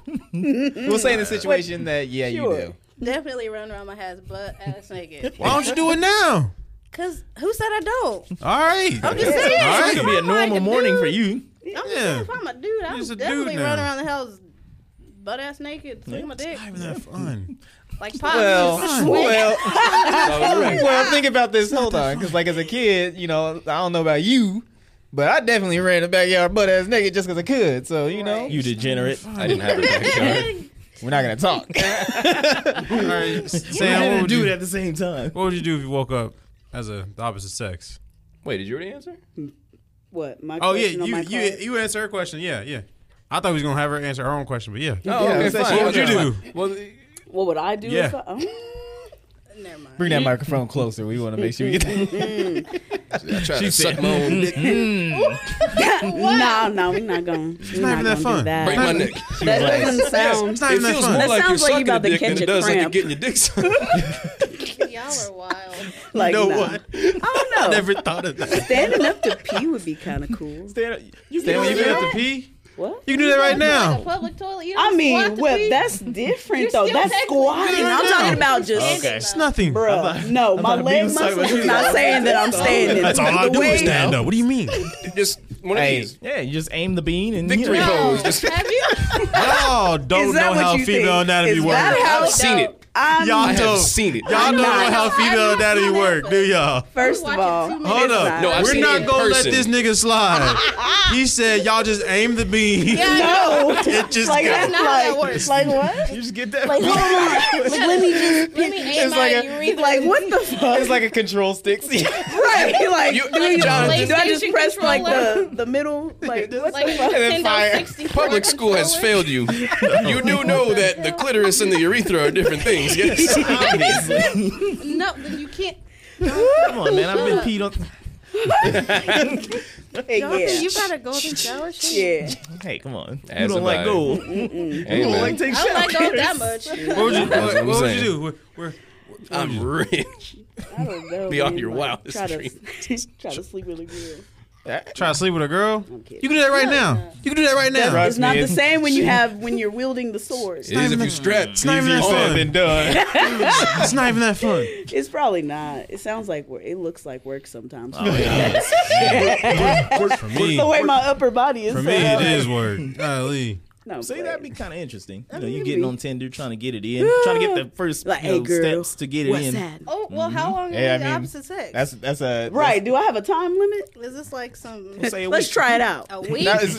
We'll say in the situation that, yeah, Sure. you do. Definitely run around my ass butt ass naked. Why don't you do it now? Cause who said I don't? All right. I'm just saying. All It could be a I'm like normal morning dude. for you. I'm just Yeah. saying, if I'm a dude, I He's a would dude definitely now. run around the house butt ass naked, swing my dick. Not even that fun. Like pop. Well, well, *laughs* Oh, you're right. well, think about this. Hold on, because like as a kid, you know, I don't know about you, but I definitely ran in the backyard butt ass naked just because I could. So you know, You degenerate. I didn't have a backyard. we're not gonna talk. All right. I Sam, what didn't would, do it you, at the same time. what would you do if you woke up as a the opposite sex? Wait, did you already answer? What? My Oh yeah, question on you my you card? you answer her question. Yeah, yeah. I thought we was gonna have her answer her own question, but yeah. Oh, okay, that's fine. what would you Okay, do? fine. Well, What would I do? Yeah. If I, oh. Never mind. Bring that microphone closer. We want to make sure *laughs* you get that. I tried She to said, suck my own dick, Oh, No, no, we're not going. It's not even that fun. That, break my neck. that doesn't sound. It's not It even that feels fun. more That like you're sounds like you sucking about a to dick catch than a it does like you're cramp. getting your dick *laughs* sucked. Y'all are wild. Like, You know nah. what? *laughs* I don't know. Never thought of that. Standing up to pee would be kind of cool. Stand, you Damn, can you do been that. at the pee? What? You can do that right Like a now. public toilet. You don't I mean, squat to well, pee. that's different You're though. still That's technically- squatting. I'm talking about just. Okay. It's nothing. Bruh, no, my thought leg being sorry muscles was is not saying that I'm standing. That's all I The do way- is stand up. What do you mean? Just one of Hey, these. Yeah, you just aim the bean and Victory *laughs* you know, No. pose. Just, Have you? Y'all don't Is that know what how you female think? anatomy Is works. that how- I've seen it. I'm Y'all I have don't. seen it. Y'all don't know not- how female I've not anatomy seen that, work, but- do y'all? First Watch of it all, too many Hold times. up. No, I've We're seen it not in gonna let person. this nigga slide. he said, y'all just aim the beam. no, it just like got- that's not how that not like, works. like what? You just get that. Like *laughs* hold on, like let me just Let me aim It's my like a- urethra. like what the fuck? *laughs* It's like a control stick. right, like You- do, you, Jonathan- do I just PlayStation press like the controller. *laughs* the middle? Like what *laughs* Like the fuck? then fire. Nintendo 64 Public school has controller. failed you. You *laughs* do know that the clitoris and the urethra are different things. *laughs* Yes. No, then you can't. come on, man. *laughs* I've been peed on. Y'all, Yeah. you got a golden shower. sheet? Yeah. Hey, come on. you As don't am like I. gold. You don't like Amen. take I don't like shower. gold that much. What would you, That's what what, I'm what would saying. you do? We're, we're, I'm rich. I don't know. Beyond man, your like, wildest try dreams. To, *laughs* try to sleep really good. trying to sleep with a girl? You kidding. can do that right now. You can do that right now. It's not me, the it's- same when you have when you're wielding *laughs* the sword. It is if you stretch. It's not even that fun. done. *laughs* It's not even that fun. It's probably not. It sounds like work. It looks like work sometimes. For me, *laughs* the way my upper body is for set me, up. it is work. Golly. No, *laughs* See, but- that'd be kind of interesting. You know, mean, you it'd getting be- on Tinder, trying to get it in, trying to get the first like, you hey know, girl, steps to get it what's in. That? Oh well, how long are Yeah, I the mean, opposite sex? *laughs* That's that's a Right? Do I have a time limit? Is this like some Say a Let's week. try it out. a *laughs* week? that's-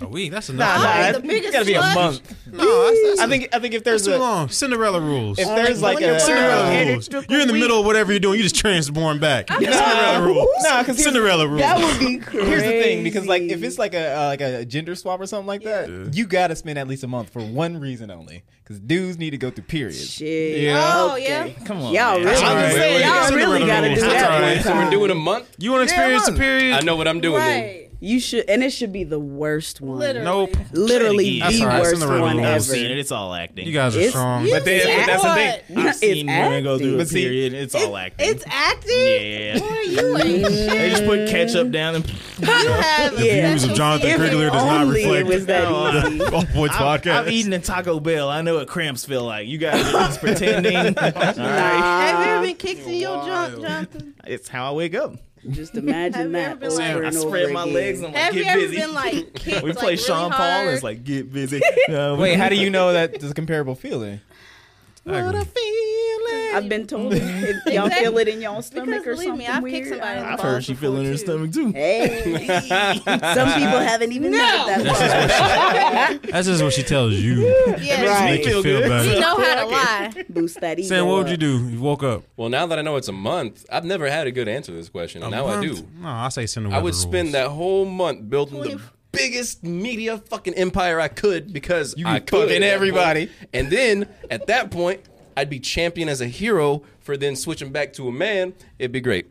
A week? That's Nah, enough. nah, I'm I the think biggest it's gotta be a slut. month. No, that's, that's, I think I think if that's there's a too long. Cinderella rules. if there's like a Cinderella Added rules. stripper You're in the week. middle of whatever you're doing. You just transform back. Nah. Cinderella rules. Nah, 'cause here's- Cinderella rules. *laughs* That would be crazy. Here's the thing, because like if it's like a uh, like a gender swap or something like that, you gotta spend at least a month for one reason only, because dudes need to go through periods. shit, Yeah. Oh Okay. yeah. Come on, y'all man. really, all right. Wait, wait. y'all really Cinderella got to rules. do That's all right. that. So one we're doing a time. month. you want to experience the month. period? I know what I'm doing. Then. Right. You should, and it should be the worst one. Literally. Nope. Literally That's the all right. worst Cinderella one rules. I've ever. *laughs* seen it. It's all acting. You guys are It's- strong. You But But then said that's the thing. what? I've seen It's women go through a But see- period. It's all acting. It's acting. Yeah. Boy, you ain't shit. they just put ketchup down and You have Yeah. views of Jonathan If Krigler does not only reflect it *laughs* was that Oh, easy. Oh, boys I'm, podcast. I'm eating a Taco Bell. I know what cramps feel like. You guys are *laughs* just pretending. Have *laughs* you Nah, ever been kicked in your junk, Jonathan? It's how I wake up. just Have you imagine ever that been over like- and I over spread my again. legs and I'm like, Have you get ever busy. been like kicked? *laughs* we like, play really Sean Paul. hard? And it's like *laughs* get busy. No, we- Wait, how do you know that there's a comparable feeling? What a I've been told if y'all feel it in y'all stomach because or believe something me, I've kicked weird. somebody in the I've balls heard she before, feeling in her too. stomach too. Hey, some people haven't even No. had that. That's just what she tells you. Yeah, Right. Make you Feel feel good. we better. know how to lie. *laughs* one. Boost that ego. Sam, what would you up. do if you woke up? Well, now that I know it's a month, I've never had a good answer to this question. and now I do. No, I say Cinderella I would rules. spend that whole month building the Twenty- biggest media fucking empire I could because You I be could fucking at that everybody. point. And then at that point, I'd be champion as a hero for then switching back to a man. It'd be great.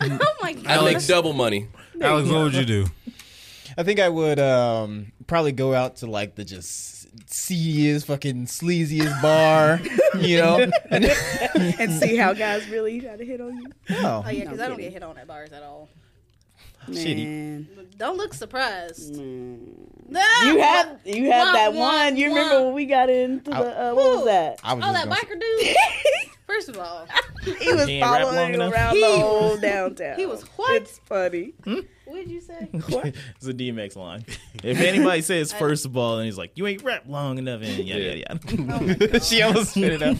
Oh my god. I'd make double money. Alex, what would you *laughs* do? I think I would um, probably go out to like the just seediest, fucking sleaziest *laughs* bar, you know. And, And see how guys really try to hit on you. no. Oh yeah, because No I don't get kidding. hit on at bars at all. Man, Don't look surprised. Mm. you had you had Wah, that wah, one. You remember wah. when we got into the uh, what was Who? that? I was Oh, just that gonna- biker *laughs* dude. First of all, *laughs* He was He ain't rap long following enough. around the whole downtown. he was what? It's funny. What did *laughs* you say? It's a DMX line. If anybody *laughs* says first of all, and he's like, "You ain't rap long enough," and yada yada *laughs* yada. she almost spit it *laughs* out.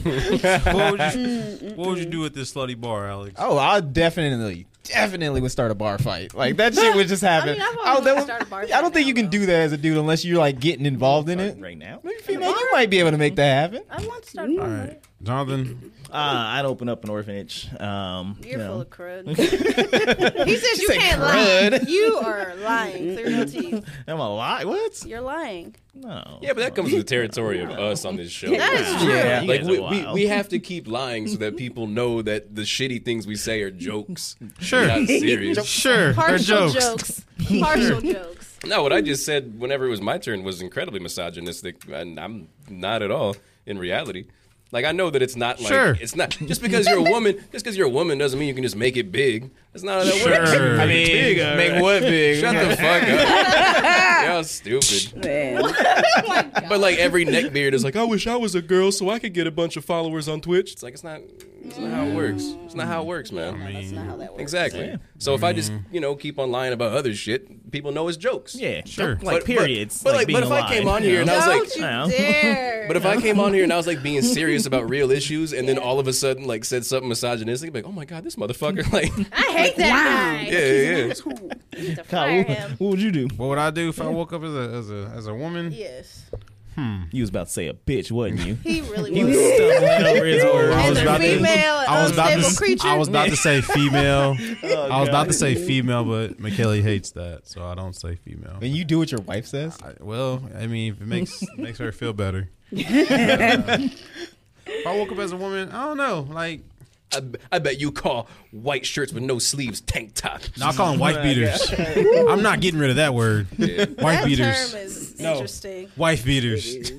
What would you, what would you do at this slutty bar, Alex? Oh, I definitely, definitely would start a bar fight. Like that shit would just happen. I mean, I've Oh, always that wanted to would- start a bar I fight don't think now, you can though. do that as a dude unless you're like getting involved in it. right now. Maybe female, you might be able to make that happen. I want to start. Mm. a bar. All right, Jonathan. Uh, I'd open up an orphanage. Um, you You're know. full of crud. he says you said can't lie. crud. You are lying through your teeth. Am I lying? What? You're lying. No. Yeah, but that comes with the territory of us on this show. That is true. Yeah. Like You guys we, are we, wild. we have to keep lying so that people know that the shitty things we say are jokes. Sure. *laughs* Not serious. Sure. Or Partial jokes. jokes. Partial jokes. No, what I just said whenever it was my turn was incredibly misogynistic, and I'm not at all in reality. Like I know that it's not like Sure. it's not just because you're a woman, *laughs* just because you're a woman doesn't mean you can just make it big. That's not how that works. Sure. I mean, make what big? Shut the fuck up. Y'all stupid. Man, Oh my god. But like every neckbeard is like, I wish I was a girl so I could get a bunch of followers on Twitch. It's like it's not it's not how it works. It's not how it works, man. That's not how that works. Exactly. So if I just, you know, keep on lying about other shit, people know it's jokes. Yeah. Sure. Like But- but- periods. but, like, being but if I alive, came on you here and know? I was like- Don't Wow. you dare. But if I came on here and I was like being serious about real issues, and then all of a sudden like said something misogynistic, like, oh my god, this motherfucker, *laughs* like, I hate that guy. yeah, yeah, yeah. You need to Kyle, fire what, him. what would you do? What would I do if I woke up as a as a as a woman? Yes. You was about to say a bitch, wasn't *laughs* you? He really You was. was stumbling over his words. I was *laughs* As a about to- female, I was about to. unstable s- creature. I was about to say *laughs* female. I was about to say female, but McKelly hates that, so I don't say female. And you do what your wife says. I- well, I mean, if it *laughs* makes makes her feel better. Uh, if I woke up as a woman, I don't know. Like, I, I bet you call white shirts with no sleeves tank top. no, I call *laughs* them wife beaters. *laughs* I'm not getting rid of that word. Wife that beaters. term is No. interesting. wife beaters.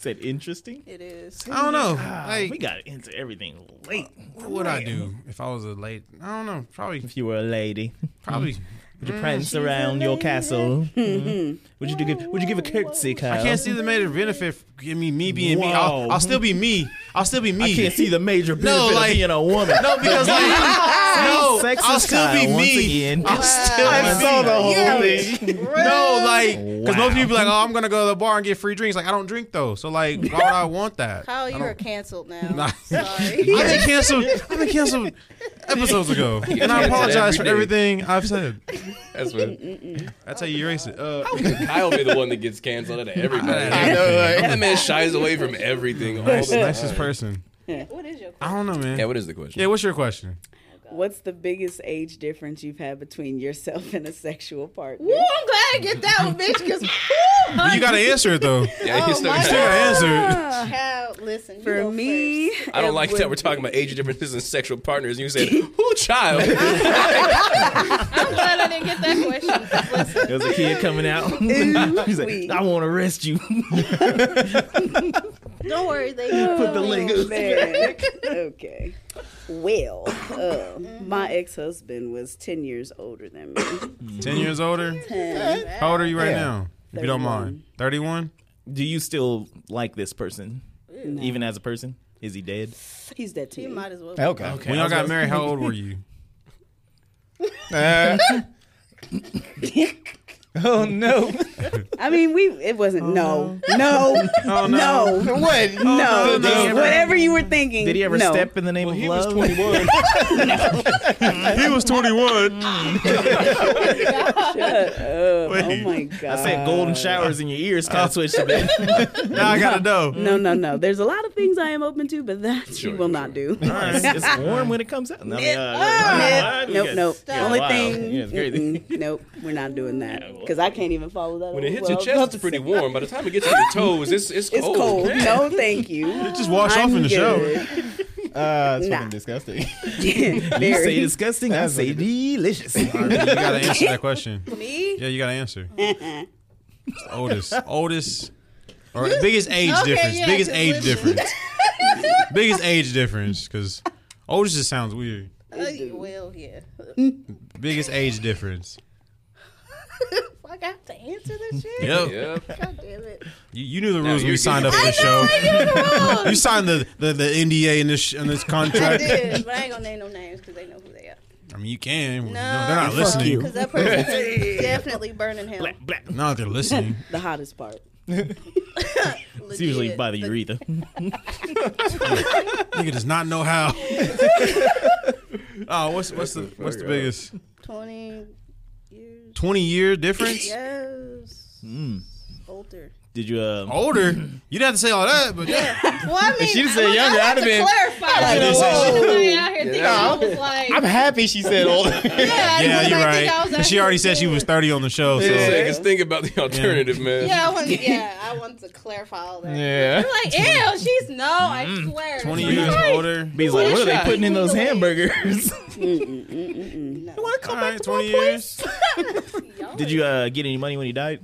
Said interesting. It is. I don't know. we Like, got into everything late. what would I do if I was a late? I don't know. Probably, If you were a lady, probably. *laughs* would you prance around your castle? Mhm. Would you do give? Would you give a curtsy, Kyle? I can't see the major benefit. I mean, me being me, Whoa. I'll, I'll still be me. I'll still be me. I can't see the major benefit No, like- of being a woman. No, *laughs* because *laughs* like, no, Sexist I'll still be Kyle, once me. again. I'll still I be saw me. the whole Yeah. thing. No, like, because Wow. most people be like, oh, I'm gonna go to the bar and get free drinks. Like, I don't drink those, so like, why would I want that? Kyle, you don't- are canceled now. Nah. *laughs* Sorry. I've been canceled. I've been canceled episodes ago, and I canceled apologize every for day. everything I've said. That's what That's how you erase it. Uh, Kyle be the one that gets canceled out of everybody. I know, like- that man shies away from everything. All nice, the time. nicest person. what is your question? I don't know, man. Yeah, what is the question? Yeah, what's your question? What's the biggest age difference you've had between yourself and a sexual partner? Woo, I'm glad I get that one, bitch, *laughs* because You gotta answer it though. Yeah, he's still- my Still gotta answer *laughs* it. child, Uh, listen. you For go me, I don't it like that would we're be- talking about age differences and sexual partners. You said, who child? first. I'm glad I didn't get that question. 'cause Listen, There's a kid coming out. *laughs* He's like, I want to arrest you. *laughs* don't worry, they put the Legos. Man. *laughs* okay. Well, uh, my ex husband was 10 years older than me. Ten years older. How old are you right now? If you don't 31. mind, thirty-one. Do you still like this person, even as a person? Is he dead? He's dead to You me. might as well. Okay. When y'all got married, how old were you? Uh, oh no! I mean, we it wasn't no, no, *laughs* Oh, no, no, What? no. no, no. Whatever you were thinking. Did he ever no. Uh, oh step in the name of love? He was twenty-one. Oh my god. I said golden showers in your ears. Call switch to *laughs* bed. Now I gotta *laughs* know. No, no, no. There's a lot of things I am open to, but that Sure, you will not do. it's, *laughs* it's warm when it comes out. I mean, uh, Nope, *laughs* nope, you guys- nope. you guys Only wild. thing, Yeah, it's crazy. mm-mm, nope, we're not doing that because I can't even follow that. When it up. hits Well, your I was chest, about it's to pretty say, warm. By the time it gets to your toes, it's, it's cold. It's cold. No, thank you. Just wash off in the shower. Uh, it's Nah. fucking disgusting. You Very. say disgusting. I say *laughs* delicious. All right, you gotta answer that question. Me? Yeah, you gotta *laughs* answer. It's the oldest, oldest, *laughs* or biggest age Okay, difference. yeah, biggest 'cause age listen. difference. *laughs* biggest age difference, because oldest just sounds weird. Uh, well, yeah. *laughs* Biggest age difference. I got to answer this shit. Yep. Yeah. God damn *laughs* it. You, you knew the rules when you- you signed up for the show. You signed the, the, the NDA in this sh- in this *laughs* I contract. did, but I ain't gonna name no names because they know who they are. I mean, you can. No, No, they're not fuck listening. Because that person is definitely burning him. Black, black. No, they're *laughs* listening. the hottest part. It's usually Legit. by the urethra. Nigga does not know *laughs* how. oh, what's what's the what's the biggest Twenty years. twenty year difference? Yes. Older. Did you? Uh, Older, you'd have to say all that, but yeah. Well, I mean, she said younger, I'd have been- Clarify. been saying- Somebody out here thinking I was like, *laughs* I'm happy she said older. *laughs* yeah, Yeah, because you're I think I right. was And she actually already said she doing- was 30 on the show. So It's like, just think about the alternative, man. Yeah, I want. Yeah, I want to clarify all that. *laughs* yeah. I'm like, ew, she's no. I swear. 20 She's years like, older. be like, what are they Yeah. putting in those hamburgers? All right, 20 years. *laughs* Did you uh, get any money when he died?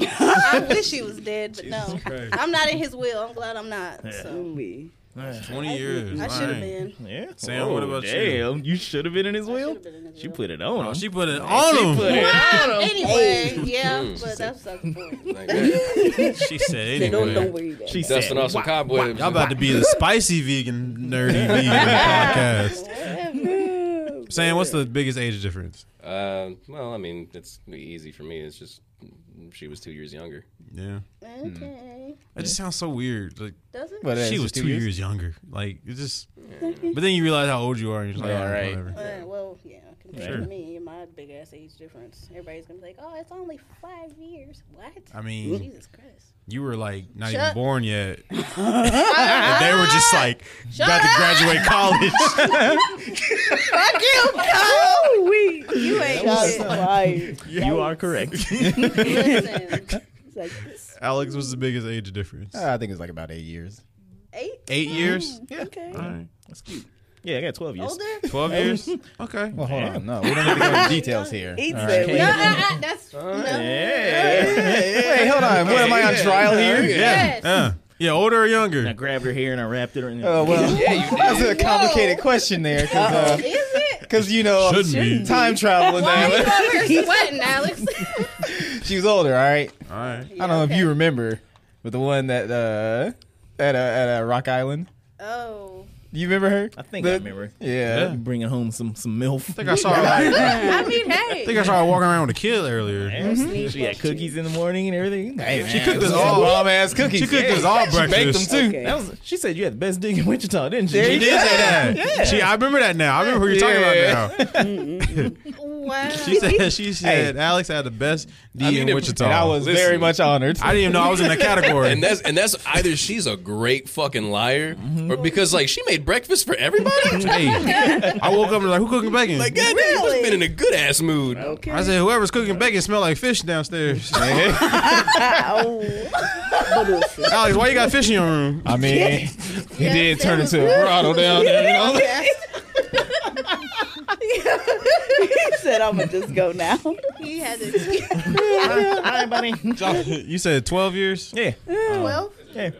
I wish he was dead, but no. I'm not in his will. I'm glad I'm not. So We. 20 years. I all should have right. been. Yeah. Sam, what about you? damn, you? should have been in his will. She put it on. Oh, him. she put it on put him. it Um, Anyway, yeah, but that's that's the *laughs* point. Like that. She said, Don't, don't anyway. worry about She it. said, Dusting off some "Wah, cobwebs. Y'all about to be the spicy vegan, nerdy vegan podcast. Saying, what's the biggest age difference? Uh, well, I mean, it's easy for me. It's just she was two years younger. Yeah. Okay, That just sounds so weird. Like does it? But it's she was just two years? younger. Like it just. But then you realize how old you are, and you're just like, Yeah, all right, right. whatever. Uh, well, yeah, compared to me and my big ass age difference, everybody's gonna be like, "Oh, it's only five years." What? I mean, Jesus Christ! you were like not even Shut- born yet, and they were just like about to graduate college. Fuck you, Oh, we. You ain't Shots shit. fired. You are correct. Listen, It's like this. *laughs* Alex was the biggest age difference. Uh, I think it's like about eight years. eight Eight years, Yeah. Okay. all right, That's cute. Yeah, I got 12 years. Older? twelve years. Okay, Well, hold on. No, we don't need to go into details here. He All said, right. No, wait. uh, uh, that's no. Yeah. *laughs* Wait, hold on. What am I on trial here? Yes. yeah, yeah, older or I younger? grabbed her hair and I wrapped it in. Oh well, *laughs* that's a complicated Whoa. question there, because Is it? you know Shouldn't be. time traveling. Why are *laughs* now. you over here sweating, Alex? *laughs* She was older, all right. All right. I don't know if okay. you remember, but the one that uh, at uh, at uh, Rock Island. Oh. Do you remember her? I think The- I remember. Yeah. Yeah. Bringing home some some I milf. think I saw her, like, I I mean, hey. think I saw her walking around with a kid earlier. She had cookies in the morning and everything. she cooked us all- bomb ass cookies. She cooked us all She baked them breakfast. too. Okay. That was, she said you had the best dick in Wichita, didn't There you She you? go. did say that. She, I remember that now. I remember who you're talking Yeah. about now. Wow. She said she said Alex had the best D I mean, in if- Wichita. And I was Listen. very much honored. I didn't even know I was *laughs* in that category. And that's and that's either she's a great fucking liar, or because like she made breakfast for everybody. hey, I woke up and was like, who cooking bacon? Like, goddamn, you must have been in a good ass mood. I said, whoever's cooking bacon smell like fish downstairs. Alex, why you got fish in your room? I mean, it did turn into a grotto down there. You know? *laughs* he said, "I'm gonna just go now." He had *laughs* it. Hi, buddy. *laughs* You said 12 years? Yeah. Well, Yeah.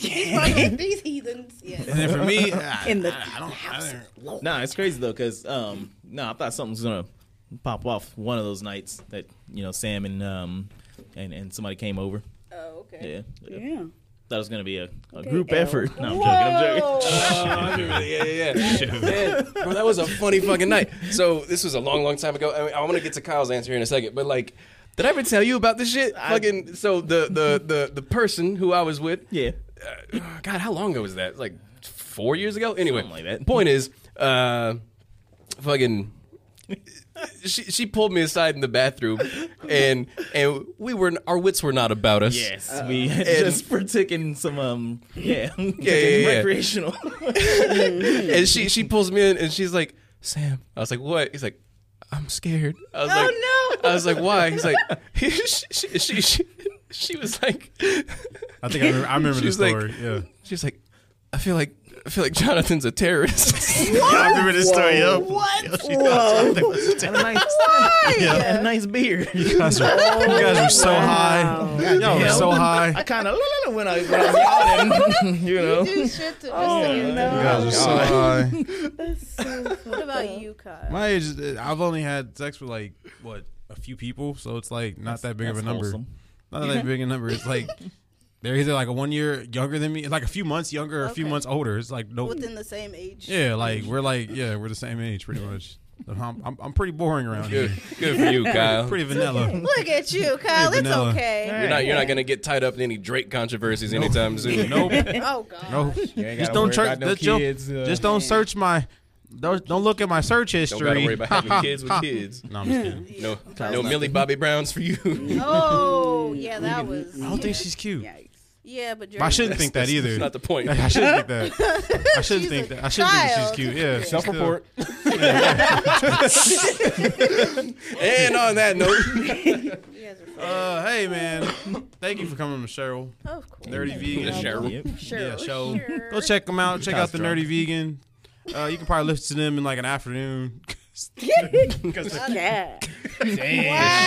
*laughs* these heathens. Yes. And then for me, I, In the I don't, I don't- *laughs* Nah, it's crazy though, cause um, no, I thought something was gonna pop off one of those nights that you know Sam and um, and and somebody came over. Oh, okay. Yeah, yeah. Yeah. thought it was gonna be a, a group L. effort. No, I'm joking. I'm joking. *laughs* yeah, yeah, yeah. Man, bro, that was a funny fucking night. So this was a long, long time ago. I mean, I want to get to Kyle's answer here in a second, but like, did I ever tell you about this shit? fucking. So the the the the person who I was with. Yeah. Uh, God, how long ago was that? Like four years ago. Anyway, Something like that. point is, uh, fucking. She she pulled me aside in the bathroom, and and we were our wits were not about us. Yes, we *laughs* had just partaking some um, Uh, yeah, *laughs* taking yeah, yeah. recreational. Mm-hmm. and she she pulls me in and she's like, Sam. I was like, what? He's like, I'm scared. I was like, Oh, no. I was like, why? *laughs* He's like, *laughs* she, she, she, she, she was like, *laughs* I think I remember, I remember She the was like- story. yeah. she was like, I feel like I feel like Jonathan's a terrorist. *laughs* I remember this story. Yo. *laughs* had a nice, had a nice *laughs* beer. You guys were, you guys were so high. Y'all were *laughs* so I high. kind of when I when I *laughs* was yawning, you know. Do shit to no. oh, You guys were so high. *laughs* What about you, Kyle? My age, is- I've only had sex with like what a few people, so it's like not that big of a that's number. wholesome. Not that big a number. It's like *laughs* they're either like a one year younger than me, like a few months younger, or a few Okay. months older. It's like no, Within the same age. yeah, like we're like yeah, we're the same age pretty *laughs* much. I'm, I'm, I'm pretty boring around here. good, good for you, Kyle. Pretty *laughs* vanilla. *laughs* Look at you, Kyle. It's vanilla. okay. You're not you're not gonna get tied up in any Drake controversies anytime soon. nope. Oh God. Nope. Just don't church- just don't- Just don't search my. Don't, don't look at my search history. Don't gotta worry about *laughs* having kids with kids. No, I'm just *laughs* kidding. No, no Millie Bobby Brown's for *laughs* you. Oh yeah, that was. I don't think she's cute. Yeah, but I shouldn't think that either. That's not the *laughs* point. I shouldn't think that. I shouldn't She's think a that. I shouldn't think that child. she's cute. Yeah. she's self report. And on that note, still- Uh, hey man, thank you for coming to Cheryl. Of course. *laughs* Nerdy Vegan. Cheryl. Yep. Sure. Yeah, show. Oh, Sure. Go check them out. Check out the drunk. Nerdy Vegan. Uh, you can probably listen to them in like an afternoon. *laughs* Yeah.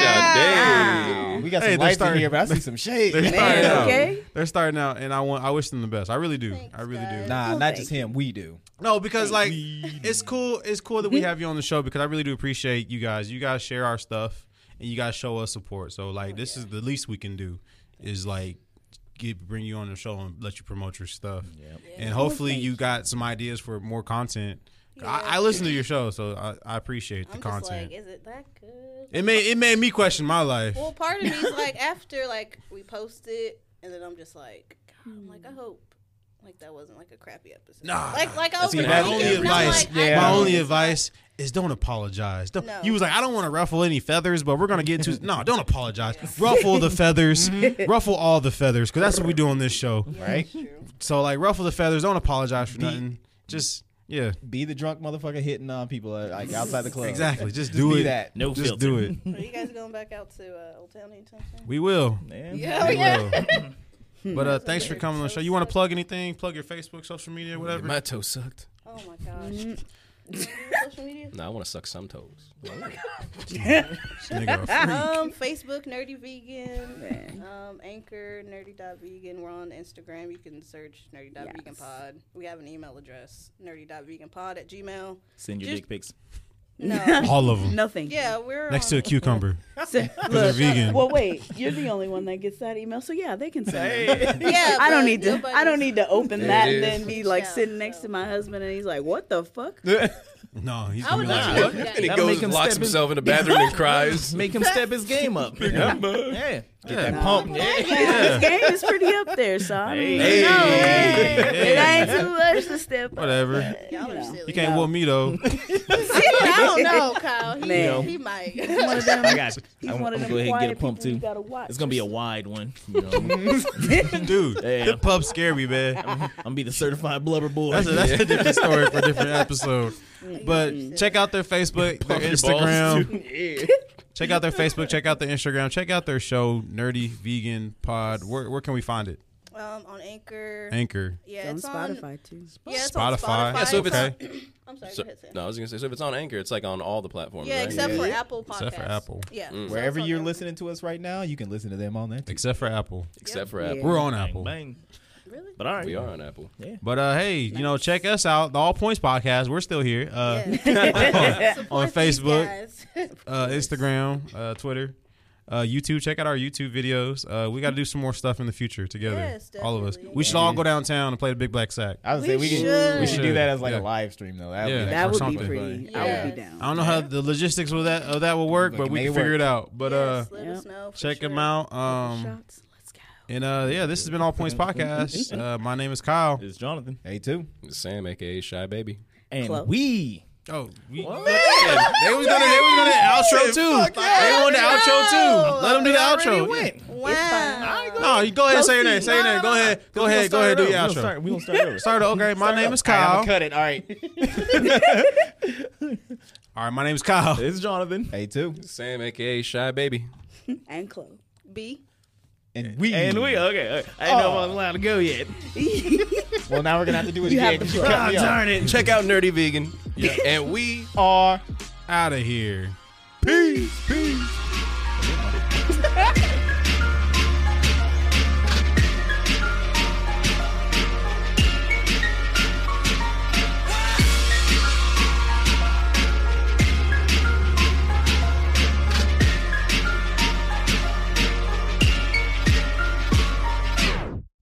Wow. We got some Hey, they're lights in starting- here, but I see some *laughs* They're shade. starting out. okay. They're starting out, and I want I wish them the best. I really do. I really do. Nah, Well, not thank just him. We do. No, because like it's cool. It's cool that we have you on the show because I really do appreciate you guys. You guys share our stuff and you guys show us support. So like Oh, this is the least we can do is like get bring you on the show and let you promote your stuff. And hopefully you got some ideas for more content. I, I listen to your show, so I, I appreciate the I'm just content. like, is it that good? it made it made me question my life. Well, part *laughs* of me's like after like we post it, and then I'm just like, God, I'm like, I hope like that wasn't like a crappy episode. Hmm. Nah. Like, like I See, my overthink that's- it, only yeah. and I'm advice, like, Yeah. my I- only advice is don't apologize. Don't- No. You was like, I don't want to ruffle any feathers, but we're gonna get to no. Don't apologize. Ruffle the *laughs* feathers, ruffle all the feathers, because that's what we do on this show, Right? So like, ruffle the feathers. Don't apologize for nothing. Just yeah, Be the drunk motherfucker hitting on people uh, like outside the club. exactly. Just Just, do be it. that. No Just filter. do it. Are you guys going back out to uh, Old Town anytime *laughs* soon? We *laughs* will. Man. Yeah, We Oh, yeah. will. *laughs* But uh, thanks for coming on the show. You want to plug anything? Plug your Facebook, social media, *laughs* whatever. My toe sucked. Oh my gosh. Mm. *laughs* Social media. No, I want to suck some toes. Nigga, a freak. Um, Facebook Nerdy Vegan, um, Anchor Nerdy dot Vegan. We're on Instagram. You can search Nerdy dot Vegan Yes. Pod. We have an email address Nerdy dot Vegan Pod at Gmail. *laughs* Send your Just- dick pics. No, All of them. *laughs* Nothing. yeah, we're Next to on, a cucumber. So, they're look, vegan. well, wait, you're the only one that gets that email, so yeah, they can send. it. *laughs* Yeah, I don't but need to. I nobody's- don't need to open that it and is. then be like Yeah, sitting next to my husband and he's like, "What the fuck?" no, he's I gonna would be like, love What? to do And he that. That'll goes make him and locks step in- himself in the bathroom and cries. *laughs* Make him step his game up. *laughs* Yeah. yeah. Get that pump. *laughs* This game is pretty up there, so I mean, Hey. you know, Hey. it ain't too much to step. up. *laughs* whatever. Y'all are You silly. can't whoop me *laughs* though. I *laughs* don't know, Kyle. He, Man. he might. One of them, I got. he's I'm, one of I'm them go ahead and quiet get a pump people you too. gotta watch. It's gonna be a wide one. You know, *laughs* I'm *laughs* Dude, Damn. the pub scared me, man. *laughs* gonna be the certified blubber boy. That's a, that's *laughs* a different story for a different episode. But check out their Facebook, their Instagram. *laughs* Check out their Facebook. Check out their Instagram. Check out their show, Nerdy Vegan Pod. Where, where can we find it? Um, on Anchor. Anchor, Yeah, on it's on Spotify too. Yeah, it's on Spotify. Spotify. Yeah, so if it's- okay. I'm sorry. So- go ahead, Sam. no, I was gonna say so if it's on Anchor, it's like on all the platforms. Yeah, right? except for Apple Podcasts. Except for Apple. Yeah. so it's Wherever on you're there. listening to us right now, you can listen to them on that. except for Apple. except for Yeah. Apple. We're on bang, Apple. bang. Really? But all right, We are on Apple. But uh, hey, you know, check us out. The All Points Podcast. We're still here. Uh, *laughs* Support these Facebook. guys. *laughs* uh, Instagram, uh, Twitter, uh, YouTube. Check out our YouTube videos. Uh, we got to do some more stuff in the future together. Yes, all of us. definitely. We should all go downtown and play the Big Black Sack. I I would say we We can should. we should Yeah. do that as like Yeah. a live stream though. That would Yeah. be That or would be something. pretty. I would be down. don't know how the logistics with that of that will work, We but can we make can it figure work. it out. But uh, Yes, let us know for check sure. them out. Um, Shots. Let's go. and uh, yeah, this has been All Points Podcast. Uh, my name is Kyle. it's Jonathan, hey too. Sam, aka Shy Baby. and Close. we. Oh, we, man. they was gonna they was gonna outro too. They want the outro too. Let them do the outro. Wow. No, you go ahead and say your name. Say your name. Go ahead. Go ahead. Go ahead. Do your outro. We gonna start over. Start it. Okay, my name is I'll Kyle. cut it. All right. All right, my name is Kyle. It's Jonathan, Hey too. Sam, aka Shy Baby. And Chloe. B. And we and we. Okay, okay. I didn't know if I was allowed to go yet. Well, now we're gonna have to do it You again have to 'cause you cut me off. it. Check out Nerdy Vegan. And we Are Out of here. peace peace.